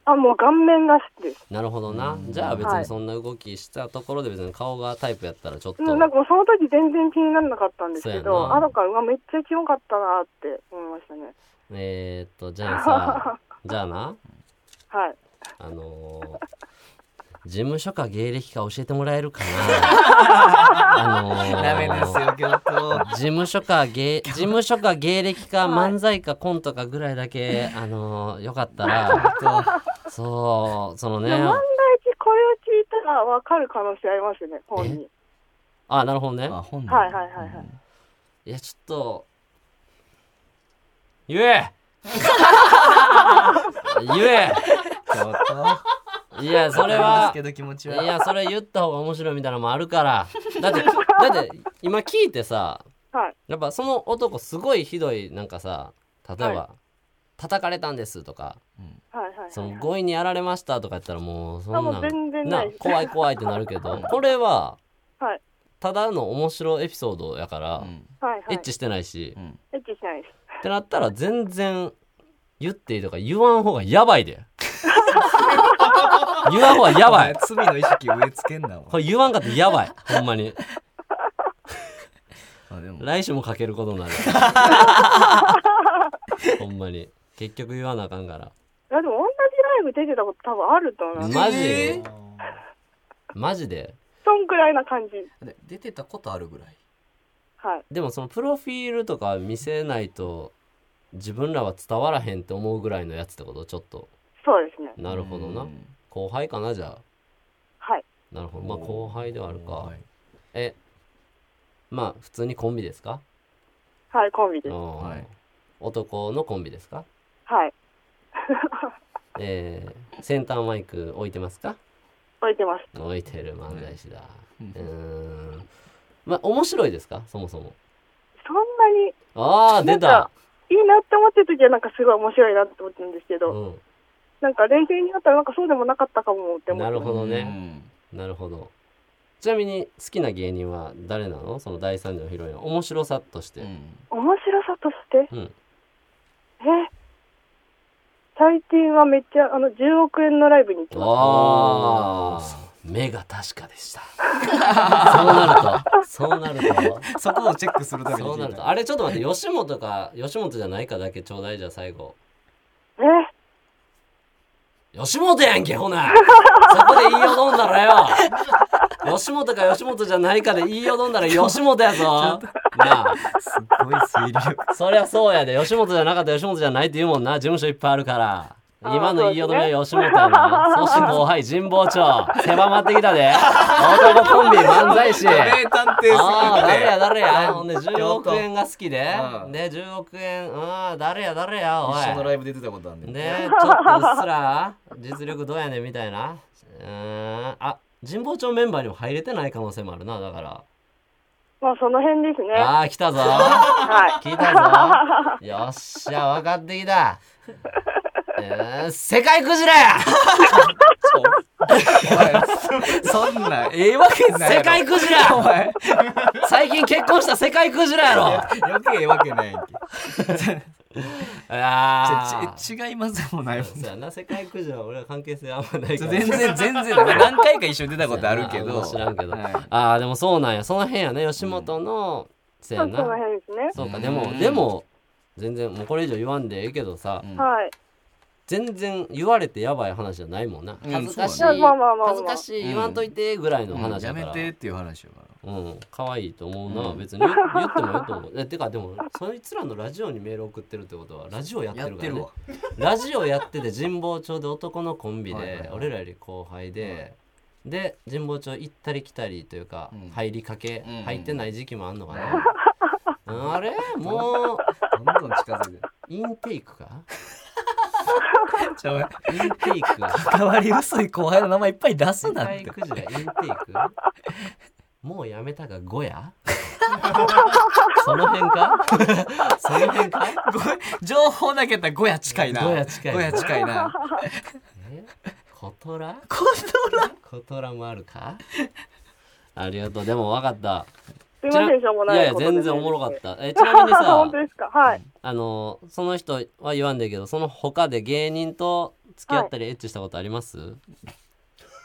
S5: あ、もう顔面が好きです。
S2: なるほどなじゃあ別にそんな動きしたところで別に顔がタイプやったらちょっと、
S5: うん、なんかもうその時全然気にならなかったんですけ
S2: そうや
S5: ど、
S2: な
S5: あ、だからうわめっちゃキモかったなって思いましたね。
S2: えー、っとじゃあさ <laughs> じゃあな
S5: はい。
S2: あのー事務所か芸歴か教えてもらえるかなあのー
S3: ダメですよ教頭
S2: 事務所か芸事務所か芸歴か漫才かコントかぐらいだけ、あのーよかったらそうそのね
S5: でも万が一これを聞いたらわかる可能性ありますね、本に。
S2: あなるほどね
S3: あ本
S5: はいはいはいはい。
S2: いや、ちょっと、言え <laughs> 言え
S3: 教頭
S2: いや、それ
S3: な
S2: は
S3: んですけ、ど気持ち
S2: い
S3: は
S2: や、それ言った方が面白いみたいなのもあるから。だって、だって、今聞いてさ、
S5: はい。
S2: やっぱその男すごいひどい、なんかさ、例えば、
S5: は
S2: 叩かれたんですとか、
S5: はいはいはい。
S2: その強引にやられましたとか言ったらもう、そん
S5: あもう
S2: なん、
S5: 全然
S2: な
S5: ないです
S2: 怖い怖いってなるけど、これは、
S5: はい
S2: ただの面白いエピソードやから、
S3: うん
S5: はいはい。
S2: エッチしてないし、
S3: うん
S5: エッチしないです。
S2: ってなったら全然言っていいとか言わん方がやばい <laughs> で言わん方がやばい
S3: お前罪の意識植え付けんなお
S2: こ
S3: 前
S2: れ言わんかったらやばいほんまに
S3: あでも
S2: 来週もかけることに <laughs> なるほんまに結局言わなあかんから
S5: いやでも同じライブ出てたこと多分あると思います。
S2: マジでマジで
S5: そんくらいな感じ。
S3: で出てたことあるぐらい
S5: はい。
S2: でもそのプロフィールとか見せないと自分らは伝わらへんって思うぐらいのやつってことちょっと
S5: そうですね。
S2: なるほど
S3: う
S2: なん後輩かなじゃあ
S5: はい。
S2: なるほどまあ後輩ではあるか
S3: はい
S2: えまあ普通にコンビですか
S5: はい、コンビです。
S2: うん
S3: はい
S2: 男のコンビですか、
S5: はい。
S2: えー、センターマイク置いてますか
S5: 置いてます。
S2: 置いてる漫才師だ、
S3: うん
S2: うーんまあ面白いですかそもそも
S5: そんなに
S2: ああ出
S5: なん
S2: た
S5: か、いいなって思ってる時はなんかすごい面白いなって思ってるんですけど、
S2: う
S5: なんか冷静になったらなんかそうでもなかったかもって
S2: ん、
S5: 思って
S2: なるほどね、
S3: うん
S2: なるほどちなみに好きな芸人は誰なのその第三条ヒロイン面白さとして、
S3: うん
S5: 面白さとして、
S2: うん
S5: え最近はめっちゃあの10億円のライブに行きま
S2: ああ目が確かでした <laughs> そうなるとそうなると
S3: そこをチェックするために
S2: そうなるとあれちょっと待って吉本か吉本じゃないかだけちょうだいじゃあ最後
S5: す。え
S2: 吉本やんけほなそこで言いよどんだらよ吉本か吉本じゃないかで言いよどんだら吉本やぞなあ
S3: すごい推理力
S2: そりゃそうやで吉本じゃなかったら吉本じゃないって言うもんな事務所いっぱいあるから
S5: あー
S2: 今の言いよどめは吉本やなそして後輩神保町狭まってきたで男コンビ漫才師
S3: 名探偵すぎる
S2: ああ、誰や
S3: ね
S2: 誰や。ほんで
S3: ち
S2: 10
S3: ょっと
S2: 億円が好きで
S3: う、ん
S2: ね10億円、うん、誰や誰や、お
S3: 一緒のラ
S2: い。
S3: イブ出てたことあるね
S2: ねちょっとうっすら、実力どうやねんみたいな。うーん、あ、神保町メンバーにも入れてない可能性もあるな、だから。
S5: まあその辺ですね。
S2: ああ、来たぞ。
S5: は
S2: 聞いたぞ。よっしゃ、分かってきた。えー、世界クジラや
S3: そんなんええわけないや
S2: 世
S3: ろ
S2: 界クジ
S3: お
S2: ラ
S3: 前
S2: 最近結婚した世界クジラやろ
S3: 余計ええわけないやんけ
S2: ああ。
S3: ちち違いますもんないもん
S2: そうやな世界クジラは俺は関係性あんまないから
S3: 全然全 <laughs> 然何回か一緒に出たことあるけ
S2: そうや
S3: ど
S2: な知らんけど
S3: はい
S2: ああでもそうなんやその辺やね吉本のせ
S5: い。
S2: や
S5: まあその
S2: な
S5: 辺ですね。
S2: そうか
S3: うん
S2: でもでも全然もうこれ以上言わんでええけどさ
S3: うん
S5: はい。
S2: 全然言われてやばい話じゃないもんな
S3: うん
S2: 恥ずかしい
S3: そう
S5: だねまあまあまあまあ
S2: 恥ずかしい言わんといてぐらいの
S3: うん
S2: 話
S3: や
S2: やか
S3: め
S2: ら
S3: てっていう話やから
S2: うん、可愛いと思うな、別に言言ってもいいと思うえてかでもそいつらのラジオにメール送ってるってことはラジオやって
S3: やっ
S2: るか
S3: て
S2: ら、
S3: る
S2: ね
S3: わ、
S2: ラジオやってて神保町で男のコンビで、
S3: はいはいはい
S2: 俺らより後輩で、で神保町行ったり来たりというか、
S3: うん
S2: 入りかけ、
S3: うん
S2: 入ってない時期もあんのかな、うんあれもう
S3: どんどん近づいてる
S2: インテイクか
S3: ちゃ <laughs> う
S2: インテイク
S3: 関わり薄い後輩の名前いっぱい出す
S2: 世
S3: なって
S2: 界くじがインテイ
S3: <laughs>
S2: クもうやめたが5や <laughs> その辺か <laughs> その辺か
S3: ごめん情報投げたら5や近いな
S2: 五夜近い
S3: 5や近いな
S2: えことら
S3: 今
S2: ことらもあるかありがとうでも分かった
S5: すいません、しょうもないい。
S2: やいや全然おもろかっ。
S5: <laughs>
S2: たえちなみにさ
S5: 本当ですか。はい。
S2: あのその人は言わんでいいけどその他で芸人と付き合ったりエッチしたことあります、
S5: い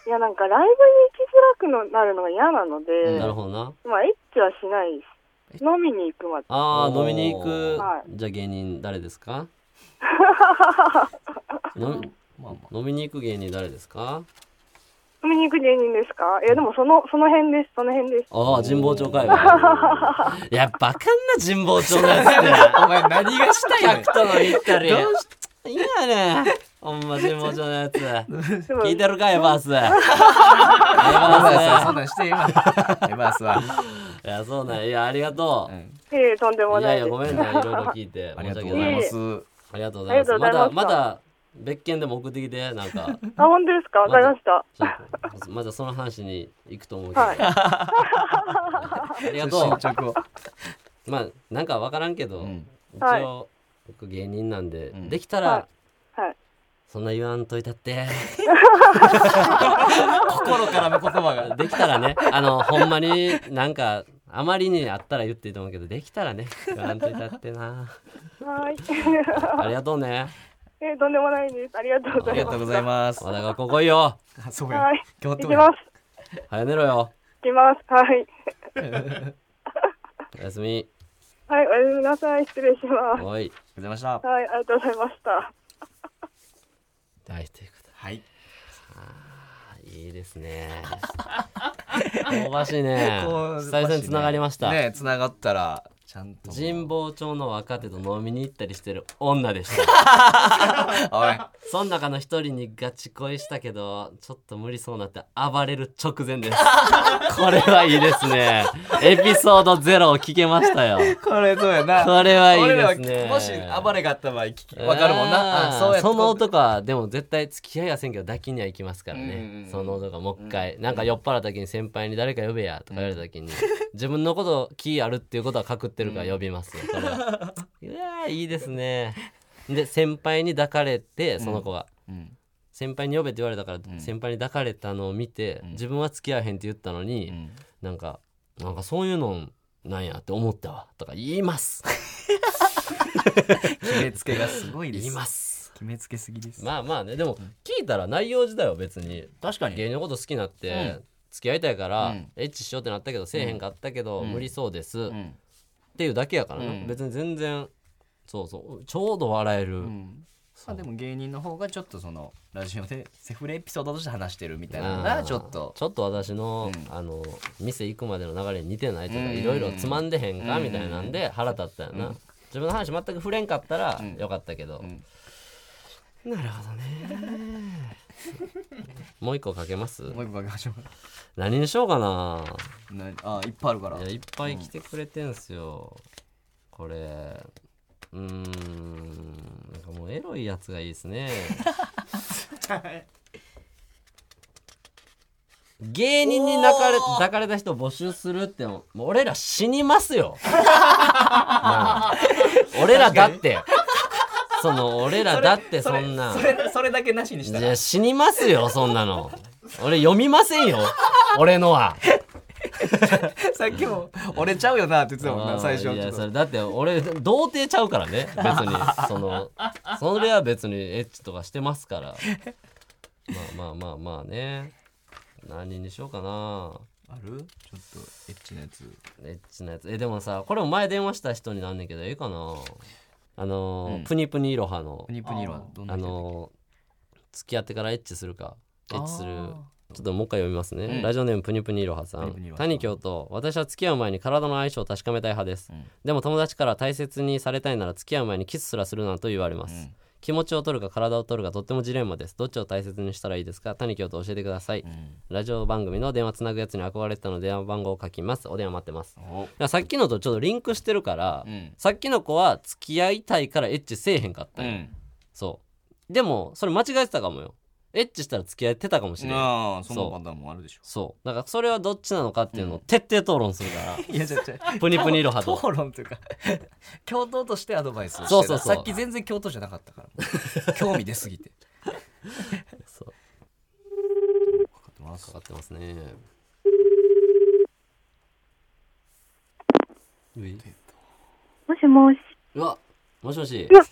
S5: や、なんかライブに行きづらくのなるのが嫌なので、
S2: なるほどな
S5: まあ、エッチはしないし、飲みに行くまで。
S2: ああ
S3: お
S2: 飲
S3: ー
S2: みに行く、
S5: は
S2: じゃあ芸人誰です
S5: <laughs>
S2: か飲み
S3: <laughs> まあまあ
S2: 飲みに行く芸人誰ですか
S5: 飲みに行く芸人ですかいや、でもその、その辺です、その辺です。
S2: ああ神保町会話いやバカんな神保町のやつって
S3: お前何がしたいねん
S2: 客との行ったりい
S3: どう
S2: やねほんま神保町のやつ
S5: でも
S2: 聞いてるかエバースエバ
S3: エバース
S2: ー
S3: は <laughs> そんなんして今エバースは、
S2: スいやそうなんいやありがと
S3: う
S2: う、
S3: ん、
S5: いやいや、とんでも
S2: い
S5: な
S2: や
S5: い
S2: いや
S5: です。
S2: ごめんねいろいろ聞いて
S3: あ
S2: 申し
S3: りがとう
S2: 訳ご
S3: ご
S5: い
S2: ざ
S5: え
S3: ざ
S2: いま
S3: い
S5: いえ
S2: せん
S3: ます
S2: ありがとうございますまだ
S5: ありがとうございま
S2: ますだ別件でも送ってきてなんか
S5: あ、本当ですかわかりました。
S2: ちょっとまだその話に行くと思うけど、 <laughs>
S5: はい
S2: ありが
S3: 進
S2: と
S3: 捗を、
S2: うまあなんか分からんけど、
S3: うん
S2: 一応、
S5: はい
S2: 僕芸人なんで、
S3: うん
S2: できたら、
S5: はいはい。
S2: そんな言わんといたって
S3: 心からの言葉が
S2: できたらねあのほんまになんかあまりにあったら言っていいと思うけどできたらね言わんといたってな
S5: はい。
S2: ありがとうね
S5: え、とんでもないです。ありがとうご
S3: あ
S5: ざ
S3: り
S5: い
S3: が
S5: ま
S3: と
S5: す
S3: う。ございます
S2: まだ学校来いよ
S3: あ <laughs> そうや
S5: はい。
S3: 今
S5: 行
S3: 日
S5: き
S3: と
S5: ます。
S2: 早寝ろよ
S5: 行きます。はい。
S2: おやすみ
S5: はい、おやすみなさい。失礼します。
S2: おい
S3: ございました
S5: はい、ありがとうございました。
S2: 大していく
S3: はい
S2: いいですね香ばしいね
S3: こう
S2: 久々につながりました、
S3: ねつながったらちゃんと
S2: 神保町の若手と飲みに行ったりしてる女でした
S3: おい
S2: その中の一人にガチ恋したけどちょっと無理そうなって暴れる直前です <laughs> これはいいですねエピソードゼロを聞けましたよ
S3: これそうやな
S2: これはいい
S3: 俺ら
S2: で
S3: は
S2: すね
S3: もし暴れがあった場合聞きわかるもん
S2: あー
S3: なあそうやった
S2: その男はでも絶対付き合いはせんけど抱きには行きますから
S3: うんうん
S2: ね
S3: うん
S2: その男がもう一回、なんか酔っ払った時に先輩に誰か呼べやとか言われた
S3: <laughs>
S2: 時に、自分のこと気あるっていうことは隠ってるから呼びますよ、それ
S3: <laughs>
S2: はうわーいいですねで先輩に抱かれてその子が、
S3: うん
S2: 先輩に呼べって言われたから、
S3: ん
S2: 先輩に抱かれたのを見て、
S3: ん
S2: 自分は付き合わへんって言ったのに、
S3: うん
S2: なんかなんかそういうのなんやって思ったわとか言います
S3: <laughs> 決めつけがすごいで
S2: 言い
S3: す
S2: ます
S3: 決めつけすぎです
S2: まあまあねでも聞いたら内容自体は別に
S3: 確か
S2: 芸人のこと好きになっ
S3: う
S2: て付き合いたいから
S3: うん
S2: エッチしようってなったけどせえへんかったけど
S3: うん
S2: 無理そうですっ
S3: うん
S2: ていうだけやから
S3: うん
S2: な別に全然そうそうちょうど笑え
S3: う
S2: る
S3: ん
S2: そ
S3: まあ
S2: う
S3: でも芸人の方がちょっとそのラジオでセフレエピソードとして話してるみたいなの
S2: あ
S3: が
S2: ー
S3: ちょっと
S2: ちょっと私の
S3: うん
S2: あの店行くまでの流れに似てないと
S3: う
S2: か
S3: ん
S2: いろいろつまんでへんか
S3: うん
S2: みたいなんで腹立ったよな
S3: うん
S2: 自分の話全く触れんかったら
S3: うん
S2: よかったけど
S3: うん
S2: なるほどね
S3: <laughs>
S2: もう一個かけます
S3: もう一個かけましょうか
S2: 何にしようかな
S3: <laughs> なあーいっぱいあるから
S2: いやいっぱい来てくれてんすよ、これうーんなんかもうエロいやつがいいですね <laughs> 芸人に泣かれ抱かれた人募集するってもう俺ら死にますよ <laughs> なあ俺らだってその俺らだってそんな
S3: それ <laughs> それだけなしにした
S2: い
S3: ら
S2: や死にますよそんなの俺読みませんよ俺のは
S3: さっきも俺ちゃうよなって言ってたもん
S2: あ
S3: な
S2: ー
S3: 最初
S2: い
S3: ちょ
S2: や
S3: っ
S2: そ
S3: と
S2: れだって俺童貞ちゃうからね別に
S3: <laughs>
S2: そのそれは別にエッチとかしてますからまあまあまあまあね何にしようかな
S3: あるちょっとエッチなやつ
S2: エッチなやつえでもさこれも前電話した人になんねんけどええかなあのー
S3: うん
S2: プニプニいろはの
S3: プニプニはどんな
S2: あ
S3: 人やったっ
S2: のー付き合ってからエッチするかエ
S3: け
S2: ッチする
S3: あ
S2: ちょっともう一回読みますね、
S3: うん
S2: ラジオネームプニプニいろはさ
S3: プ
S2: ん
S3: ニプニいろはさん
S2: 谷京と私は付き合う前に体の相性を確かめたい派です、
S3: うん
S2: でも友達から大切にされたいなら付き合う前にキスすらするなと言われます、
S3: うん
S2: 気持ちを取るか体を取るかとってもジレンマですどっちを大切にしたらいいですか谷京と教えてください、
S3: うん
S2: ラジオ番組の電話つなぐやつに憧れてたので電話番号を書きますお電話待ってますだか
S3: お
S2: らさっきのとちょっとリンクしてるから、
S3: うん
S2: さっきの子は付き合いたいからエッチせえへんかった
S3: うん
S2: よ、
S3: ん
S2: そうでもそれ間違えてたかもよエッチしたら付き合ってたかもしれん
S3: ああそ
S2: そ
S3: の
S2: う
S3: パターンもあるでしょ
S2: そうだからそれはどっちなのかっていうのを徹底討論するから、
S3: いやじゃ <laughs> じゃ
S2: プニプニいろはと
S3: 討論というか <laughs> 教頭としてアドバイスをしてた
S2: そうそうそう
S3: さっき全然教頭じゃなかったから <laughs> 興味出すぎて
S2: そう
S3: 分かってま
S2: か
S3: す
S2: かってますねうい
S5: もしもし。
S2: うわもしもし
S5: うわ、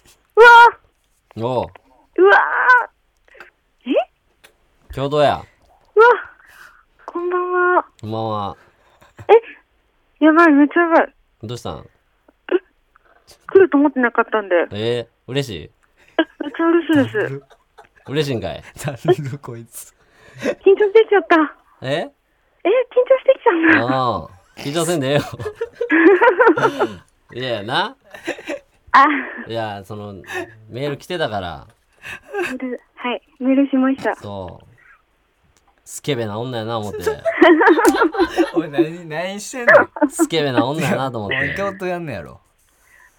S5: うわ
S2: おう
S5: うわえ
S2: 共同や
S5: うわこんばんは。
S2: こんばんは
S5: やばい、めっちゃやばい。
S2: どうしたん
S5: 来ると思ってなかったんで。
S2: えー、嬉しい
S5: めっちゃ嬉しいです。
S2: 嬉しいんかい
S3: なんだこいつ
S5: 緊張してきちゃった。
S2: え
S5: え、緊張してきちゃうな。
S2: ああ緊張せんでええよいやいやな
S5: あ、
S2: いやそのメール来てたから
S5: メールはい、メールしました。
S2: そうスケベな女やな思って
S3: <laughs> おい何何してんの
S2: スケベな女やなと思っ
S3: おい
S2: て
S3: 教頭やんのやろ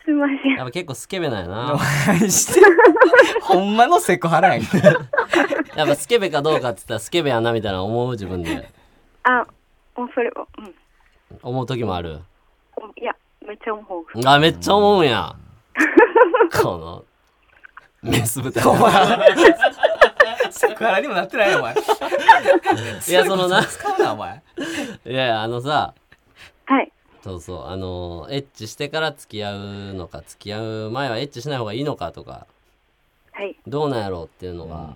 S5: すいません。
S2: やっぱ結構スケベなんやな
S3: 何してんのほんまのセクハラやんけ
S2: やっぱスケベかどうかって言ったらスケベやなみたいな思う自分で
S5: あ、もうそれは、うん。
S2: 思う時もある
S5: いや、めっちゃ思う。
S2: あめっちゃ思うんやこのメス豚
S3: お前 <laughs> セクハラにもなってないよお前
S2: いやそのな
S3: 使うなお前
S2: いやいやあのさ
S5: はい。
S2: そうそうあのエッチしてから付き合うのか付き合う前はエッチしない方がいいのかとか
S5: はい。
S2: どうなんやろうっていうのが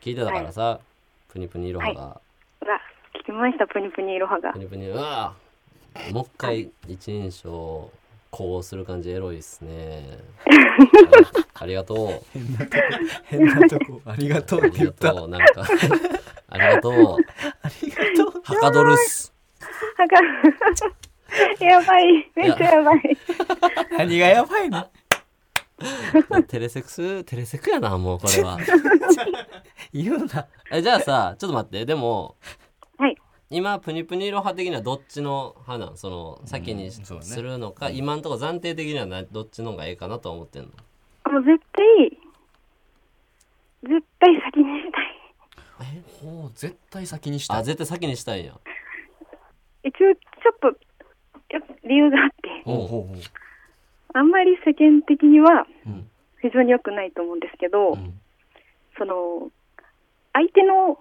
S2: 聞いてたからさ、プニプニいろはが、
S5: うわ、聞きました、プニプニいろはが
S2: プ。ニプニうわぁもう一回一人称こうする感じエロいっす
S5: <laughs>
S2: ねありがとう
S3: 変なとこありがとう
S2: あ
S3: っ
S2: り
S3: て言
S2: が
S3: った
S2: とう、なんか。ありがとう。
S3: <laughs>
S2: はかどるっす。
S5: はが、 <laughs> やばい。めっちゃやばい。
S3: 何がやばいの
S2: テレセクス、テレセクやな、もうこれは。
S3: 言うな
S2: えじゃあさ、ちょっと待って、でも、
S5: はい。
S2: 今、プニプニいろは的にはどっちの派なんその、先に
S3: そうね
S2: するのか、今んとこ暫定的にはなどっちの方がええかなとは思ってんの。
S5: もう絶対、絶対先にしたい。
S3: ほう絶対先にし
S2: あ、
S3: た
S2: 絶対先にしたいんや。
S5: 一応、ちょっと、ちょっと理由があって、
S3: ほうほうほう
S5: あんまり世間的には
S3: うん、
S5: 非常に良くないと思うんですけど、
S3: ん
S5: その、相手の、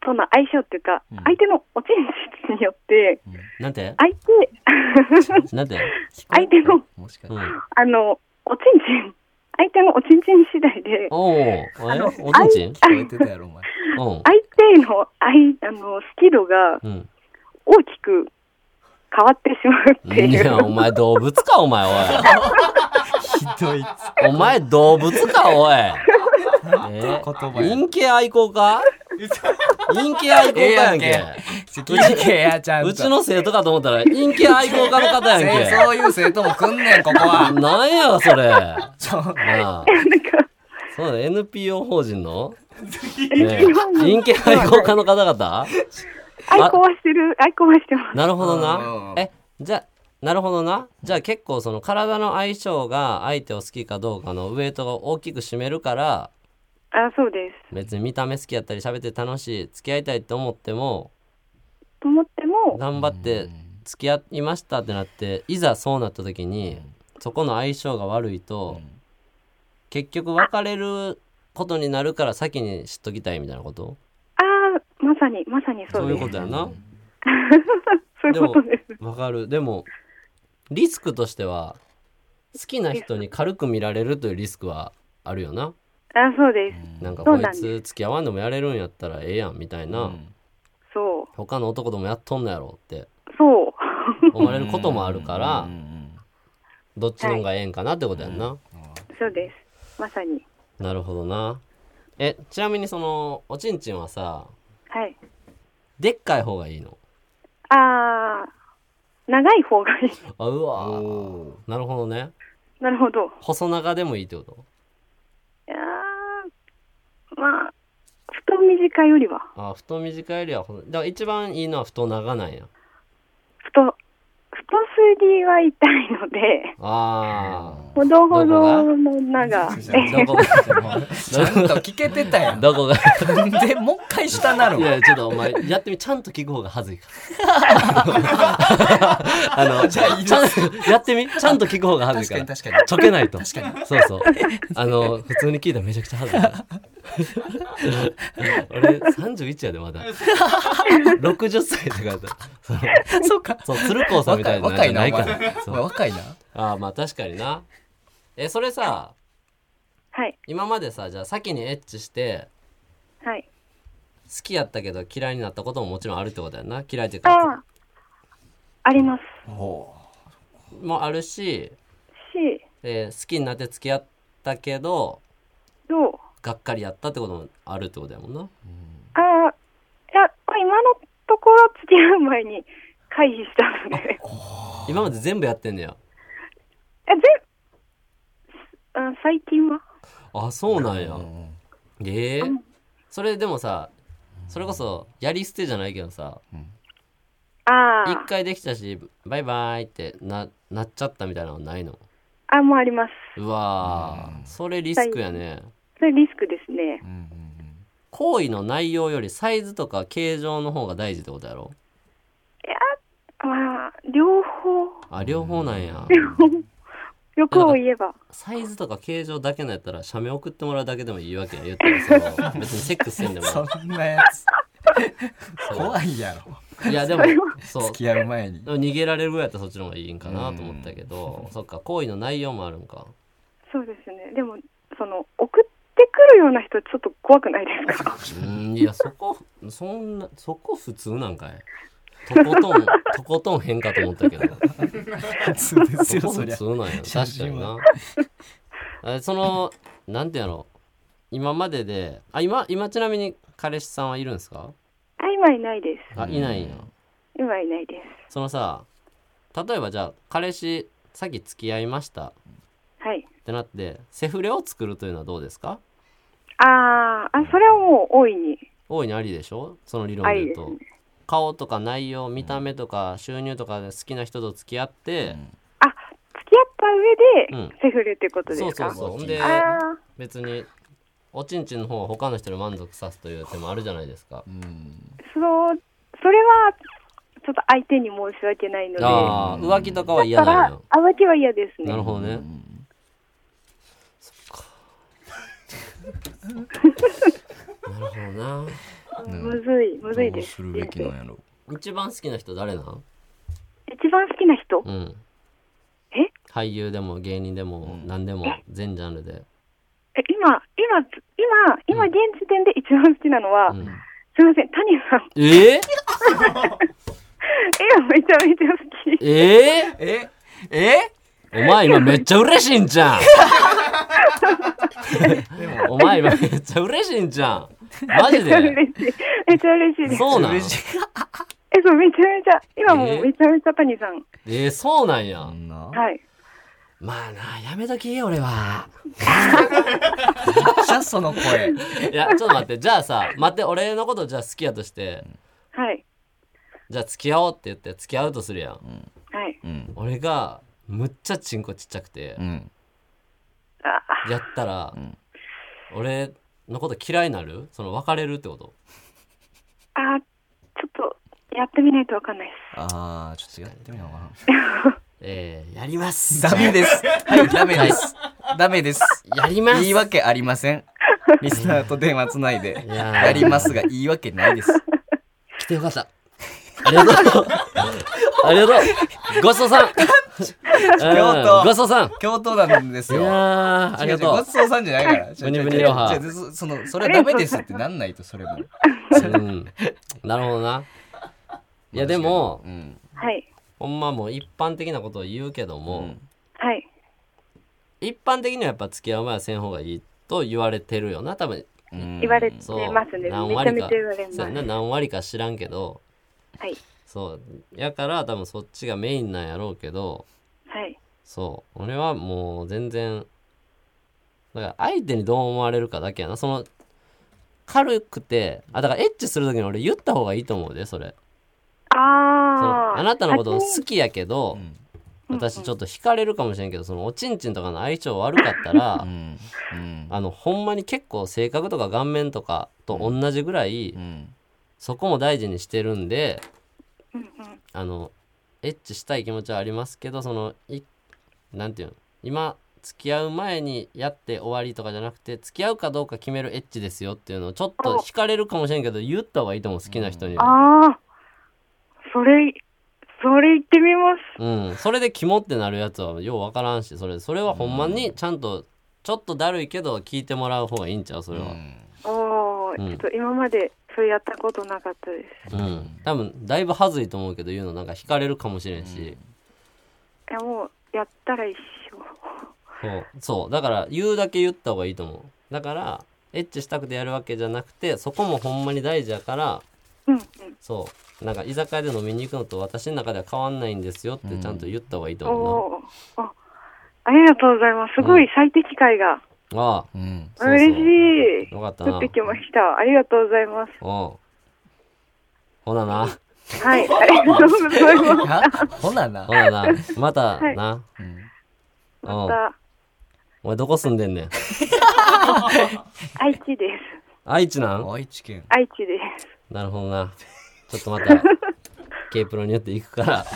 S5: との相性っていうか、
S3: うん
S5: 相手のおちんちんによって、
S2: なんて
S5: 相
S3: <laughs>
S5: 手、
S2: なんて
S5: 相手の、
S3: もしかし
S2: うん
S3: て。
S5: あの、おちんちん、相手のおちんちん次第で、
S2: おおえおちんちん
S3: 聞こえてたやろお前
S2: うん。
S5: 相手の愛あのスキルが
S2: うん。
S5: 大きく変わってしまうって
S2: い
S5: いう。 <laughs>
S2: や、お前動物か、お前、おい。
S3: ひどい
S2: お前動物かおい。え
S3: 言葉や
S2: 陰茎愛好
S3: <laughs>
S2: 家陰茎愛好家やん
S3: ええ
S2: け
S3: やん。うちけやちゃんと
S2: うちの生徒かと思ったら陰茎愛好家の方
S3: せ
S2: やん
S3: そういう生徒も来んねんここ
S2: け。
S3: は
S2: なんやそれ。な
S3: ちょ
S2: あ。
S5: なんか、
S2: そうだ NPO 法人のねえ
S5: NPO 法人
S2: 陰茎愛好家の方々
S5: 愛好はしてる、愛好はしてます。
S2: なるほど
S3: うん
S2: な
S3: う。ん
S2: え、じゃあ、なるほどな。じゃあ結構その体の相性が相手を好きかどうかのウエイトを大きく占めるから、
S5: あ、そうです。
S2: 別に見た目好きやったり喋って楽しい、付き合いたいって思っても、
S5: と思っても、
S2: 頑張って付き合いましたってなっていざそうなった時にそこの相性が悪いと結局別れることになるから先に知っときたいみたいなこと
S5: ああ、まさに、まさにそ
S2: そう
S5: う
S2: い
S5: で
S2: う
S5: す。
S2: ことやな
S5: そういうことです。
S2: わかるでもリスクとしては好きな人に軽く見られるというリスクはあるよな
S5: あそうです。
S2: なんか
S5: そ
S2: こ
S5: う
S2: い
S5: なんです
S2: つ付き合わんでもやれるんやったらええやんみたいな、
S5: そ
S2: 他の男ともやっとんのやろって
S5: う。そう。 <laughs>
S2: 思われることもある <laughs> から
S3: うん
S2: どっちの方がええんかなってことやんな、
S5: そうです。まさに。
S2: なるほどなえちなみにそのおちんちんはさ
S6: はい。
S2: でっかい方がいいの
S6: あー、長い方
S5: <laughs>
S6: がいい。
S2: あうわー
S3: おー
S2: なるほどね
S6: なるほど。
S2: 細長でもいいってこと
S6: いやー、まあ、太短よりは、
S2: あ太短よりは細だから一番いいのは太長なんや
S6: 太、太すぎは痛いので、
S2: あ
S6: ほどほどの長。
S2: ーどこ
S3: ちゃんと聞けてたやん。
S2: ど <laughs> こが
S3: なんでもう一回下なる
S2: い
S3: の
S2: やちょっとお前やってみちゃんと聞く方が恥ずいから
S3: <laughs>
S2: あの
S3: じゃあいい
S2: ちゃん <laughs> やってみちゃんと聞く方が恥ずい
S3: 確
S2: か
S3: かに
S2: ら
S3: 確かに。
S2: ちょけないと
S3: 確かに。
S2: そう
S3: <laughs>
S2: そう。あの、普通に聞いたらめちゃくちゃ恥ずかしい。 <laughs> 俺、31やで、ま
S3: <laughs>
S2: だ。60歳とかだった。
S3: そうか。
S2: そう、鶴光さんみたいなの
S3: 若
S2: じ
S3: い
S2: ゃ
S3: な、
S2: ない
S3: お
S2: か
S3: 前
S2: ら。。
S3: お
S2: そ
S3: 前
S2: う
S3: 若いな。
S2: ああ、まあ確かにな。え、それさ、
S6: はい、
S2: 今までさ、じゃあ先にエッチして、
S6: はい。
S2: 好きやったけど嫌いになったことももちろんあるってことやんな。嫌いっていう
S6: あ
S2: か、
S6: ー、あります
S3: お
S2: もあるし、
S6: し、
S2: えー好きになって付き合ったけど、
S6: どう
S2: がっかりやったってこともあるってことやもんな。
S6: あー、いや、まあ今のところ付き合う前に回避したので、
S2: 今まで全部やってんねや。
S6: <laughs> え、全、あ最近は
S2: あ、そうなんや。
S3: ー
S2: ええそれでもさそれこそやり捨てじゃないけどさ
S6: あ
S2: 一
S6: ー、
S2: 回できたしバイバイってななっちゃったみたいなのはないの
S6: あ、もうあります。
S2: うわーそれリスクやね
S6: それリスクですね。
S2: 行為の内容よりサイズとか形状の方が大事ってことやろ
S6: まあ、両方、
S2: あ両方なんや
S6: 欲を言えば。
S2: サイズとか形状だけのやったら写メ送ってもらうだけでもいいわけや言った
S3: <laughs>
S2: らその別にセックスせんでも
S3: そんなやつ。怖いやろ。
S2: いや
S3: <laughs>
S2: でもそう
S3: 付き合う前に
S2: で。も逃げられるぐらいやったらそっちの方がいいんかなと思ったけどそっか行為の内容もあるん
S3: <laughs>
S2: か
S6: そうですね。でも、その、送ってくるような人、ちょっと怖くないです <laughs> か
S2: うんいやそこそんなそこ普通なんかいと
S3: <laughs>
S2: ことんとことん変化と思ったけど
S3: 普通です
S2: そ
S3: よ、
S2: こ
S3: そり
S2: 普
S3: ゃ
S2: 通。なんや
S3: 新
S2: 確かに
S3: 人
S2: な
S3: は
S2: あそのなんてやろう今までであ今今ちなみに彼氏さんはいるんですか
S6: あ、今いないです。
S2: あいないんや
S6: 今いないです。
S2: そのさ例えばじゃあ彼氏さっき付き合いました
S6: はい。
S2: ってなってセフレを作るというのはどうですか
S6: あーあ、それはもう大いに。
S2: 大いにありでしょその理論で言う
S6: あ
S2: と
S6: り
S2: 顔とか内容見た目とか収入とかで好きな人と付き合って、
S6: あ、付き合った上
S2: う
S6: で、セフレってことで
S2: そう
S6: す
S2: そ
S6: か、
S2: うそうほんで
S6: ああ、
S2: 別におちんちんの方は他の人に満足さすという手もあるじゃないですか
S3: うん
S6: そう、それは、ちょっと相手に申し訳ないので。だ
S2: ああ浮気とかは嫌
S6: か
S2: な
S6: ら
S2: ん、
S6: あわけは嫌ですね。
S2: やなるほどねなるほどな
S6: むずい、むずい
S3: ど
S6: で
S3: う
S6: す。
S3: するべきなんやろ。
S2: 一番好きな人誰なん
S6: 一番好きな人
S2: うん
S6: え
S2: 俳優でも芸人でも
S3: うん
S2: 何でも全ジャンルで
S6: え今、今、今、今、現時点で一番好きなのは、
S2: うん
S6: すいません、谷さん。
S2: えー、
S6: 今めちゃめちゃ好き。
S2: え
S3: ええ
S2: ー、お前今めっちゃ嬉しいんじゃんお前今めっちゃ嬉しいんじゃんマジで
S6: 嬉しい。めちゃ嬉しいです。
S2: そうなん
S6: え、そう、めちゃめちゃ、今も
S2: え
S6: うめちゃめちゃ谷さん。
S2: えー、そうなんや、
S3: そんな
S6: はい。
S2: まあなやめとき俺は
S3: じゃその声。
S2: いや、ちょっと待って。じゃあさ、待って、俺のことじゃあ好きやとして、
S6: はい。
S2: じゃあ付き合おうって言って付き合うとするやん。
S6: はい。
S3: うん。
S2: 俺が、むっちゃチンコちっちゃくて
S3: う、ん。
S6: あ、
S2: やったら
S3: ん、
S2: 俺のこと嫌いになるその別れるってこと
S6: あ、ちょっと、やってみないとわかんないで
S3: ああ、ちょっとやってみようかな。
S2: <laughs> えー、やります。
S3: ダメです。はい、ダメです。ダメです。
S2: やります。
S3: 言い訳ありません。リスナーと電話つないで。
S2: いやー
S3: やりますが、言い訳ないです。
S2: 来てよかった。ありがとう。ありがとう。ごちそうさん。
S3: 都
S2: うんごちそうさん。
S3: 共闘なんです
S2: い
S3: よ。
S2: やー、ありがと
S3: 違う違うご
S2: う
S3: ち。そうさんじゃないから。
S2: ブニブニロハ
S3: 違う違う違うそその、それはダメですってなんないと、それも。
S2: うん。なるほどな。いや、でも、
S3: うん、
S6: す。はい。
S2: ほんまもう一般的なことを言うけども、
S3: うん
S6: はい。
S2: 一般的にはやっぱ付き合う前はせん方がいいと言われてるよな多分
S3: うん
S5: 言われて
S2: そう
S5: ますね。めち
S2: 何
S5: ゃ
S2: 割
S5: め
S2: か
S5: ちゃ言われます。
S2: そうやな何割か知らんけど
S5: はい。
S2: そうやから多分そっちがメインなんやろうけど
S5: はい。
S2: そう俺はもう全然だから相手にどう思われるかだけやなその軽くてあだからエッチする時に俺言った方がいいと思うでそれそ
S5: あ
S2: の
S5: あ。
S2: あなたのこと
S5: あ
S2: 好きやけど
S3: うん
S2: 私ちょっと惹かれるかもしれんけどそのおちんちんとかの相性悪かったら、
S3: うんうん
S2: あのほんまに結構性格とか顔面とかと同じぐらい、
S3: うん
S2: そこも大事にしてるんで
S5: うんうん
S2: あのエッチしたい気持ちはありますけどそのいなんていうの今付き合う前にやって終わりとかじゃなくて付き合うかどうか決めるエッチですよっていうのをちょっと惹かれるかもしれんけど言った方がいいと思う好きな人には、
S5: ああ。それ、それ言ってみます。
S2: うん、それで肝ってなるやつはようわからんしそれそれはほんまにちゃんとちょっとだるいけど聞いてもらう方がいいんちゃうそれは。う
S5: おお、
S2: ん
S5: ちょっと今までそれやったことなかったです。
S2: うん、多分だいぶはずいと思うけど言うのなんか惹かれるかもしれんし、
S5: いやもうやったら一緒。
S2: そうそうだから言うだけ言った方がいいと思うだからエッチしたくてやるわけじゃなくてそこもほんまに大事やから
S5: うんうん。
S2: そうなんか居酒屋で飲みに行くのと私の中では変わんないんですよってちゃんと言った方がいいと
S5: お
S2: 思
S5: おー。あありがとうございます。すごい最適解が。
S2: うな、ああ
S3: うん
S2: そうそう
S5: 嬉しい。
S2: よかった
S5: 降
S2: な
S5: ってきました。ありがとうございます。
S2: おうほなな <laughs>
S5: はい。ありがとうございます。
S3: あほなな
S2: ほな <laughs> なまたな、
S3: うん
S5: また、
S2: お前どこ住んでんねん
S5: 愛知です。
S2: 愛知なん
S3: 愛知県
S5: 愛知です。
S2: なるほどなちょっとま <laughs> た K プロによって行くから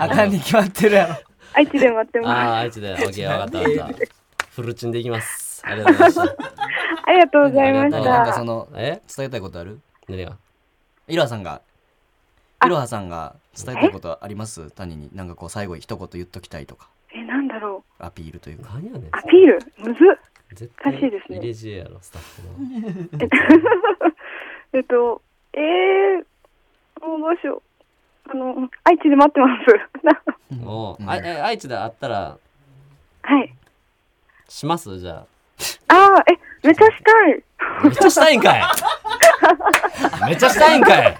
S3: あかんに決まってるやろ
S5: 愛知で待って <laughs>
S2: ああ、
S5: ま
S2: 愛知で、オッケー、わかった、わかった。フルチンでいきます。ありがとうございました。
S5: す。ありがとうございま
S2: あり
S5: し
S3: なんかそ
S5: た。
S3: の
S2: え、
S3: 伝えたいことある
S2: 何が。
S3: いろはさんがいろはさんが伝えたいことあります谷になんかこう最後一言言っときたいとか
S5: え、なんだろ
S3: アピールと <laughs> いうか
S2: 何やねん
S5: う。。アピールむずっ。
S2: 絶
S5: おかしいですね
S2: 入れ知恵やろ、スタッフの。
S5: えっと、えー、もうどうしよう。あの、愛知で待ってます。 <laughs> な
S2: おう
S3: うん
S2: あ、え、愛知で会ったら、
S5: はい。
S2: します、じゃ
S5: ああ、え、めっちゃしたい。
S2: あ。めっちゃしたいん
S5: <laughs>
S2: かい。めっちゃしたいんかい。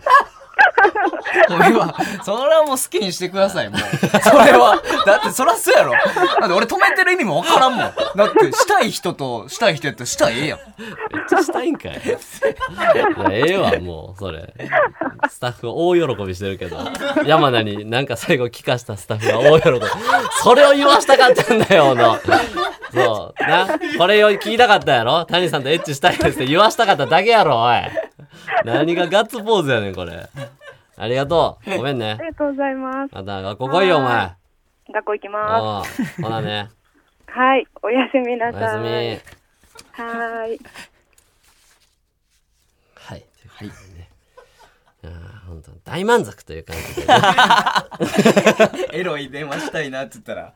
S3: これはそれはもう好きにしてくださいもう <laughs> それはだってそらそうやろだって俺止めてる意味もわからんもんだってしたい人としたい人やったらしたいええやん
S2: めっちゃしたいんかい。いやええわ、もう、それ。スタッフ大喜びしてるけど、山名になんか最後聞かしたスタッフが大喜び。それを言わしたかったんだよ、の。そう。な、これを聞いたかったやろ谷さんとエッチしたいですって言わしたかっただけやろ、おい。何がガッツポーズやねん、これ。ありがとう。ごめんね
S5: あり。がとうございます。
S2: また学校来いよ、お前。
S5: 学校行きま
S2: おうほなね。
S5: す。はい。おやすみな
S2: おやす
S5: さい。
S2: み。
S5: はーい。
S2: はい。はい。ね。いやー本当大満足という感じで、ね。
S3: エロい電話したいなって言った <laughs> ら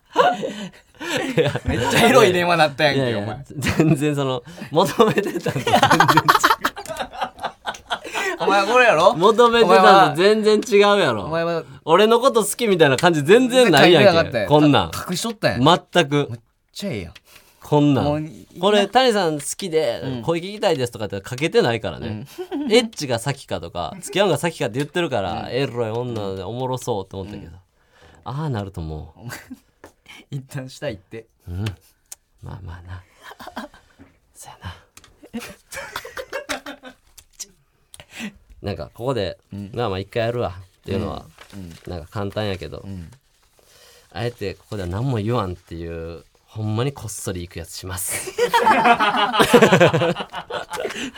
S3: めっちゃエロい電話なったやん
S2: いや
S3: け
S2: い
S3: お前
S2: や、全然その、求めてたのと、
S3: お前これやろ
S2: 求めてたのと全然違うや
S3: お前
S2: ろ。
S3: は
S2: 俺のこと好きみたいな感じ全然ない
S3: 書て
S2: や
S3: か
S2: ん
S3: った
S2: け。
S3: や
S2: こんなん。
S3: 隠しとったやんめっ
S2: 全く、
S3: ちゃええやん
S2: こんな
S3: もうんいい。な
S2: これ、谷さん好きで、声聞きたいですとかってかけてないからね。エッチが先かとか、付き合うのが先かって言ってるから、エロい女でおもろそうと思ったけど。ああなるともう、
S3: 一旦したいって
S2: まあまあな。そやな。なんかここで、まあまあ一回やるわっていうのは、なんか簡単やけど、あえてここでは何も言わんっていう、ほんまにこっそり行くやつします。 <laughs>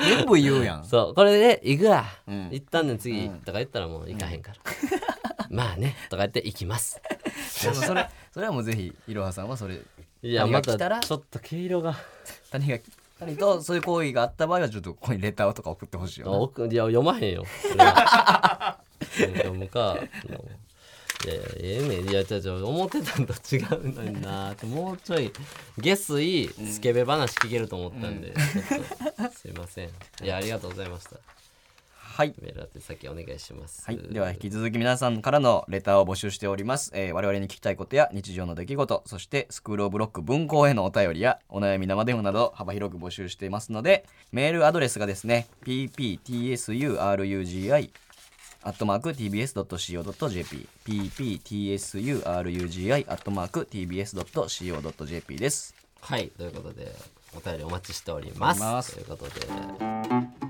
S3: 全部言うやん
S2: <laughs> そう、これで行くわ。
S3: ん
S2: 行ったんで次とか言ったらもう行かへ <laughs> んから。まあね、とか言って行きます。
S3: でもそれそれはもうぜひいろはさんはそ
S2: <laughs>
S3: れ
S2: いや、
S3: 谷
S2: ま
S3: が
S2: た
S3: 来たら
S2: ちょっと毛色が。
S3: 谷が谷とそういう行為があった場合はちょっとここにレターとか送ってほしいよ
S2: 奥いや読まへんよ。それは読むか。いやいやええねんいやちょちょ思ってたんと違うのになともうちょい下水スケベ話聞けると思ったんで、ちょっとすいませんいやありがとうございました
S3: はい。
S2: メール宛先お願いします。
S3: はい。では、引き続き皆さんからのレターを募集しております。えー我々に聞きたいことや日常の出来事、そしてスクールオブロック文庫へのお便りや、お悩み生電話など幅広く募集していますので、メールアドレスがですね、pptsurugi アットマーク tbs.co.jp pptsurugi アットマーク tbs.co.jp です。
S2: はい、ということで、お便りお待ちしております。
S3: おります
S2: ということで。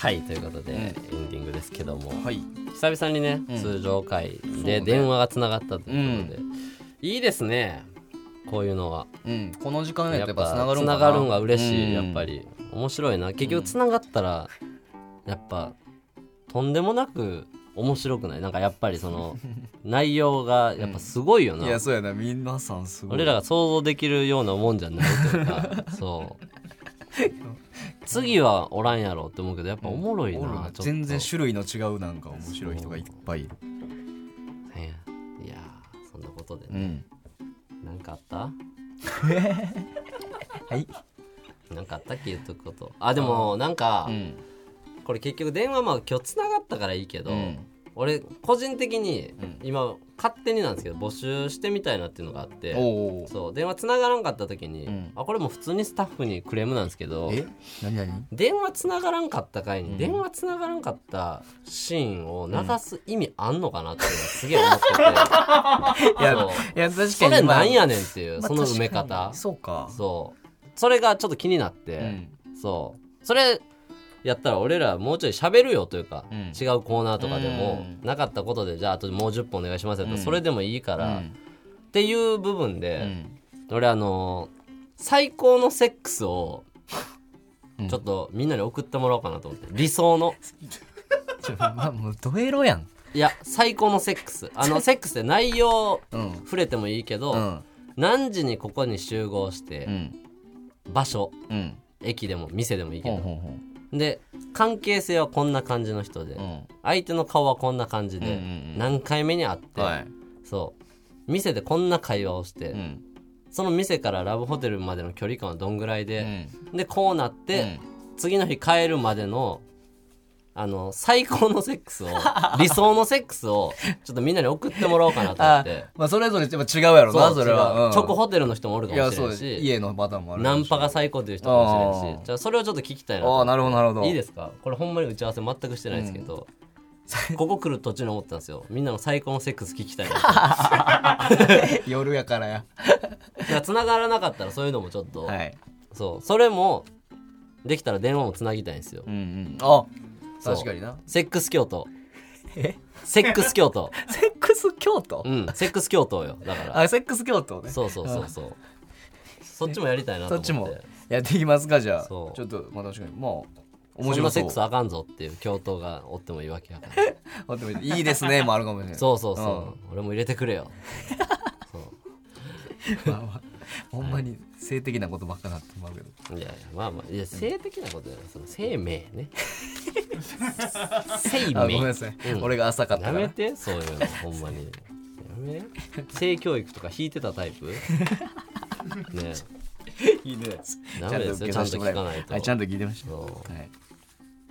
S2: はい、ということで、エンディングですけども、
S3: はい。
S2: 久々にね、
S3: ん
S2: 通常会
S3: そう
S2: で
S3: ね
S2: 電話がつながったということで、いいですね、こういうのは。
S3: うん。この時間や
S2: や
S3: とや
S2: っ
S3: っぱ
S2: ぱ
S3: つながる
S2: つ
S3: んか
S2: な
S3: な
S2: がるんが嬉しい、
S3: うん
S2: やっぱり面白いな結局つながったら、やっぱとんでもなく面白くないなんかやっぱりそ
S3: <laughs>
S2: の内容がやっぱすごいよな、
S3: いや、そうやな。皆さんすごい。
S2: 俺らが想像できるようなもんじゃないという
S3: <laughs>
S2: かそう次はおらんやろって思うけどやっぱおもろいな、
S3: おるな
S2: ちょっと
S3: 全然種類の違うなんか面白い人がいっぱいいる
S2: ねいやーそんなことで、
S3: う
S2: ね
S3: ん
S2: なんかあった
S3: <laughs> はい
S2: なんかあったっけ言っとくことあでもなんか、
S3: うん
S2: これ結局電話まあ今日つながったからいいけど、
S3: うん
S2: 俺個人的に
S3: ん
S2: 今勝手になんですけど募集してみたいなっていうのがあって、
S3: おー
S2: そう電話つながらんかった時に、
S3: うん
S2: あこれもう普通にスタッフにクレームなんですけど
S3: え何何
S2: 電話つながらんかった回に、
S3: ん
S2: 電話つながらんかったシーンを流す意味あんのかなっていうのはすげえ思って
S3: <laughs>
S2: て、
S3: いや
S2: そう
S3: いや確かに
S2: それなんや
S3: ね
S2: ねんっていうその埋め方
S3: そうか
S2: そうそれがちょっと気になって、
S3: うん
S2: そうそれやったら俺らもうちょい喋るよというか、
S3: うん
S2: 違うコーナーとかでも、
S3: うん
S2: なかったことでじゃああともう10本お願いしますやったら、
S3: うん
S2: それでもいいか
S3: う
S2: ら、っ
S3: ん
S2: ていう部分
S3: う
S2: で、
S3: ん
S2: 俺あのー最高のセックスを
S3: うん
S2: ちょっとみんなに送ってもらおうかなと思って、理想の
S3: ちょまあもうドエロやん
S2: いや最高のセックスあ
S3: <laughs>
S2: のセックスって内容
S3: うん
S2: 触れてもいいけど、
S3: うん
S2: 何時にここに集合して
S3: う、ん
S2: 場所
S3: うん
S2: 駅でも店でもいいけ
S3: ほ
S2: ど
S3: ん、ほんほん
S2: で関係性はこんな感じの人で、
S3: うん
S2: 相手の顔はこんな感じで、
S3: うんうんうん
S2: 何回目に会って、
S3: はい
S2: そう店でこんな会話をして、
S3: うん
S2: その店からラブホテルまでの距離感はどんぐらい
S3: うん
S2: で、でこうなっ
S3: う
S2: て、
S3: ん
S2: 次の日帰るまでのあの最高のセック
S3: <laughs>
S2: スを理想のセックスをちょっとみんなに送ってもらおうかなと思っ
S3: あ
S2: て。
S3: まあそれぞれやっぱ違うやろ
S2: そう
S3: なそれは
S2: 違う
S3: うん
S2: チョコホテルの人もおるか
S3: い
S2: も
S3: や
S2: しれ
S3: そ
S2: ないうし
S3: 家のパターンもある
S2: ナンパが最高という人かもしれない
S3: あ
S2: し
S3: ー
S2: じゃあそれをちょっと聞きたいなと思
S3: ああ
S2: って
S3: なるほどなるほど
S2: いいですかこれほんまに打ち合わせ全くしてないですけど、ここ来る途中に思ったん
S3: <laughs>
S2: ですよみんなの最高のセックス聞きたいなだか
S3: 夜やからや
S2: ら繋がらなかったらそういうのもちょっと、
S3: はい
S2: そうそれもできたら電話もつなぎたいんですよ
S3: うんうんあ
S2: そう
S3: 確かにな
S2: セックス教
S3: <laughs>
S2: 徒セックス教徒
S3: セックス教徒
S2: うんセックス教徒よだから
S3: あ、セックス教徒ね。
S2: そうそうそうそうそっちもやりたいなと
S3: そ
S2: 思
S3: っ
S2: って
S3: ちもやっていきますか、じゃあ。ちょ
S2: そう
S3: っと、まあ確かに。まあ、面
S2: そん
S3: 白
S2: な
S3: そ
S2: セ
S3: う
S2: ックスあかんぞっていう教頭がおってもいいわけやから
S3: あでもいいですね、もあるかもしれない。
S2: そうそうそう、俺も入れてくれ
S3: <laughs>
S2: よそう
S3: うん。まあまあ <laughs> ほんまに性的なことばっかなってまうけど。
S2: いやいやまあまあいや性的なことじゃないその生命ね生
S3: <laughs> あ、ごめん
S2: 命
S3: なさい。
S2: うん
S3: 俺が浅かった
S2: や
S3: から。
S2: めてそういうのほんまにやめ性教育とか引いてたタイ
S3: <laughs>
S2: プね
S3: いいね。
S2: ダメですよちゃんと聞かないと
S3: はい、ちゃんと聞いてました。
S2: そう
S3: はい。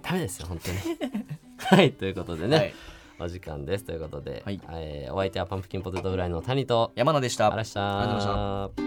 S2: ダメですよ本当
S3: <laughs>
S2: にはいということでね、
S3: はい
S2: お時間ですということで、
S3: はい
S2: えーお相手はパンプキンポテトフライの谷と
S3: 山野でした。
S2: ありがとうございました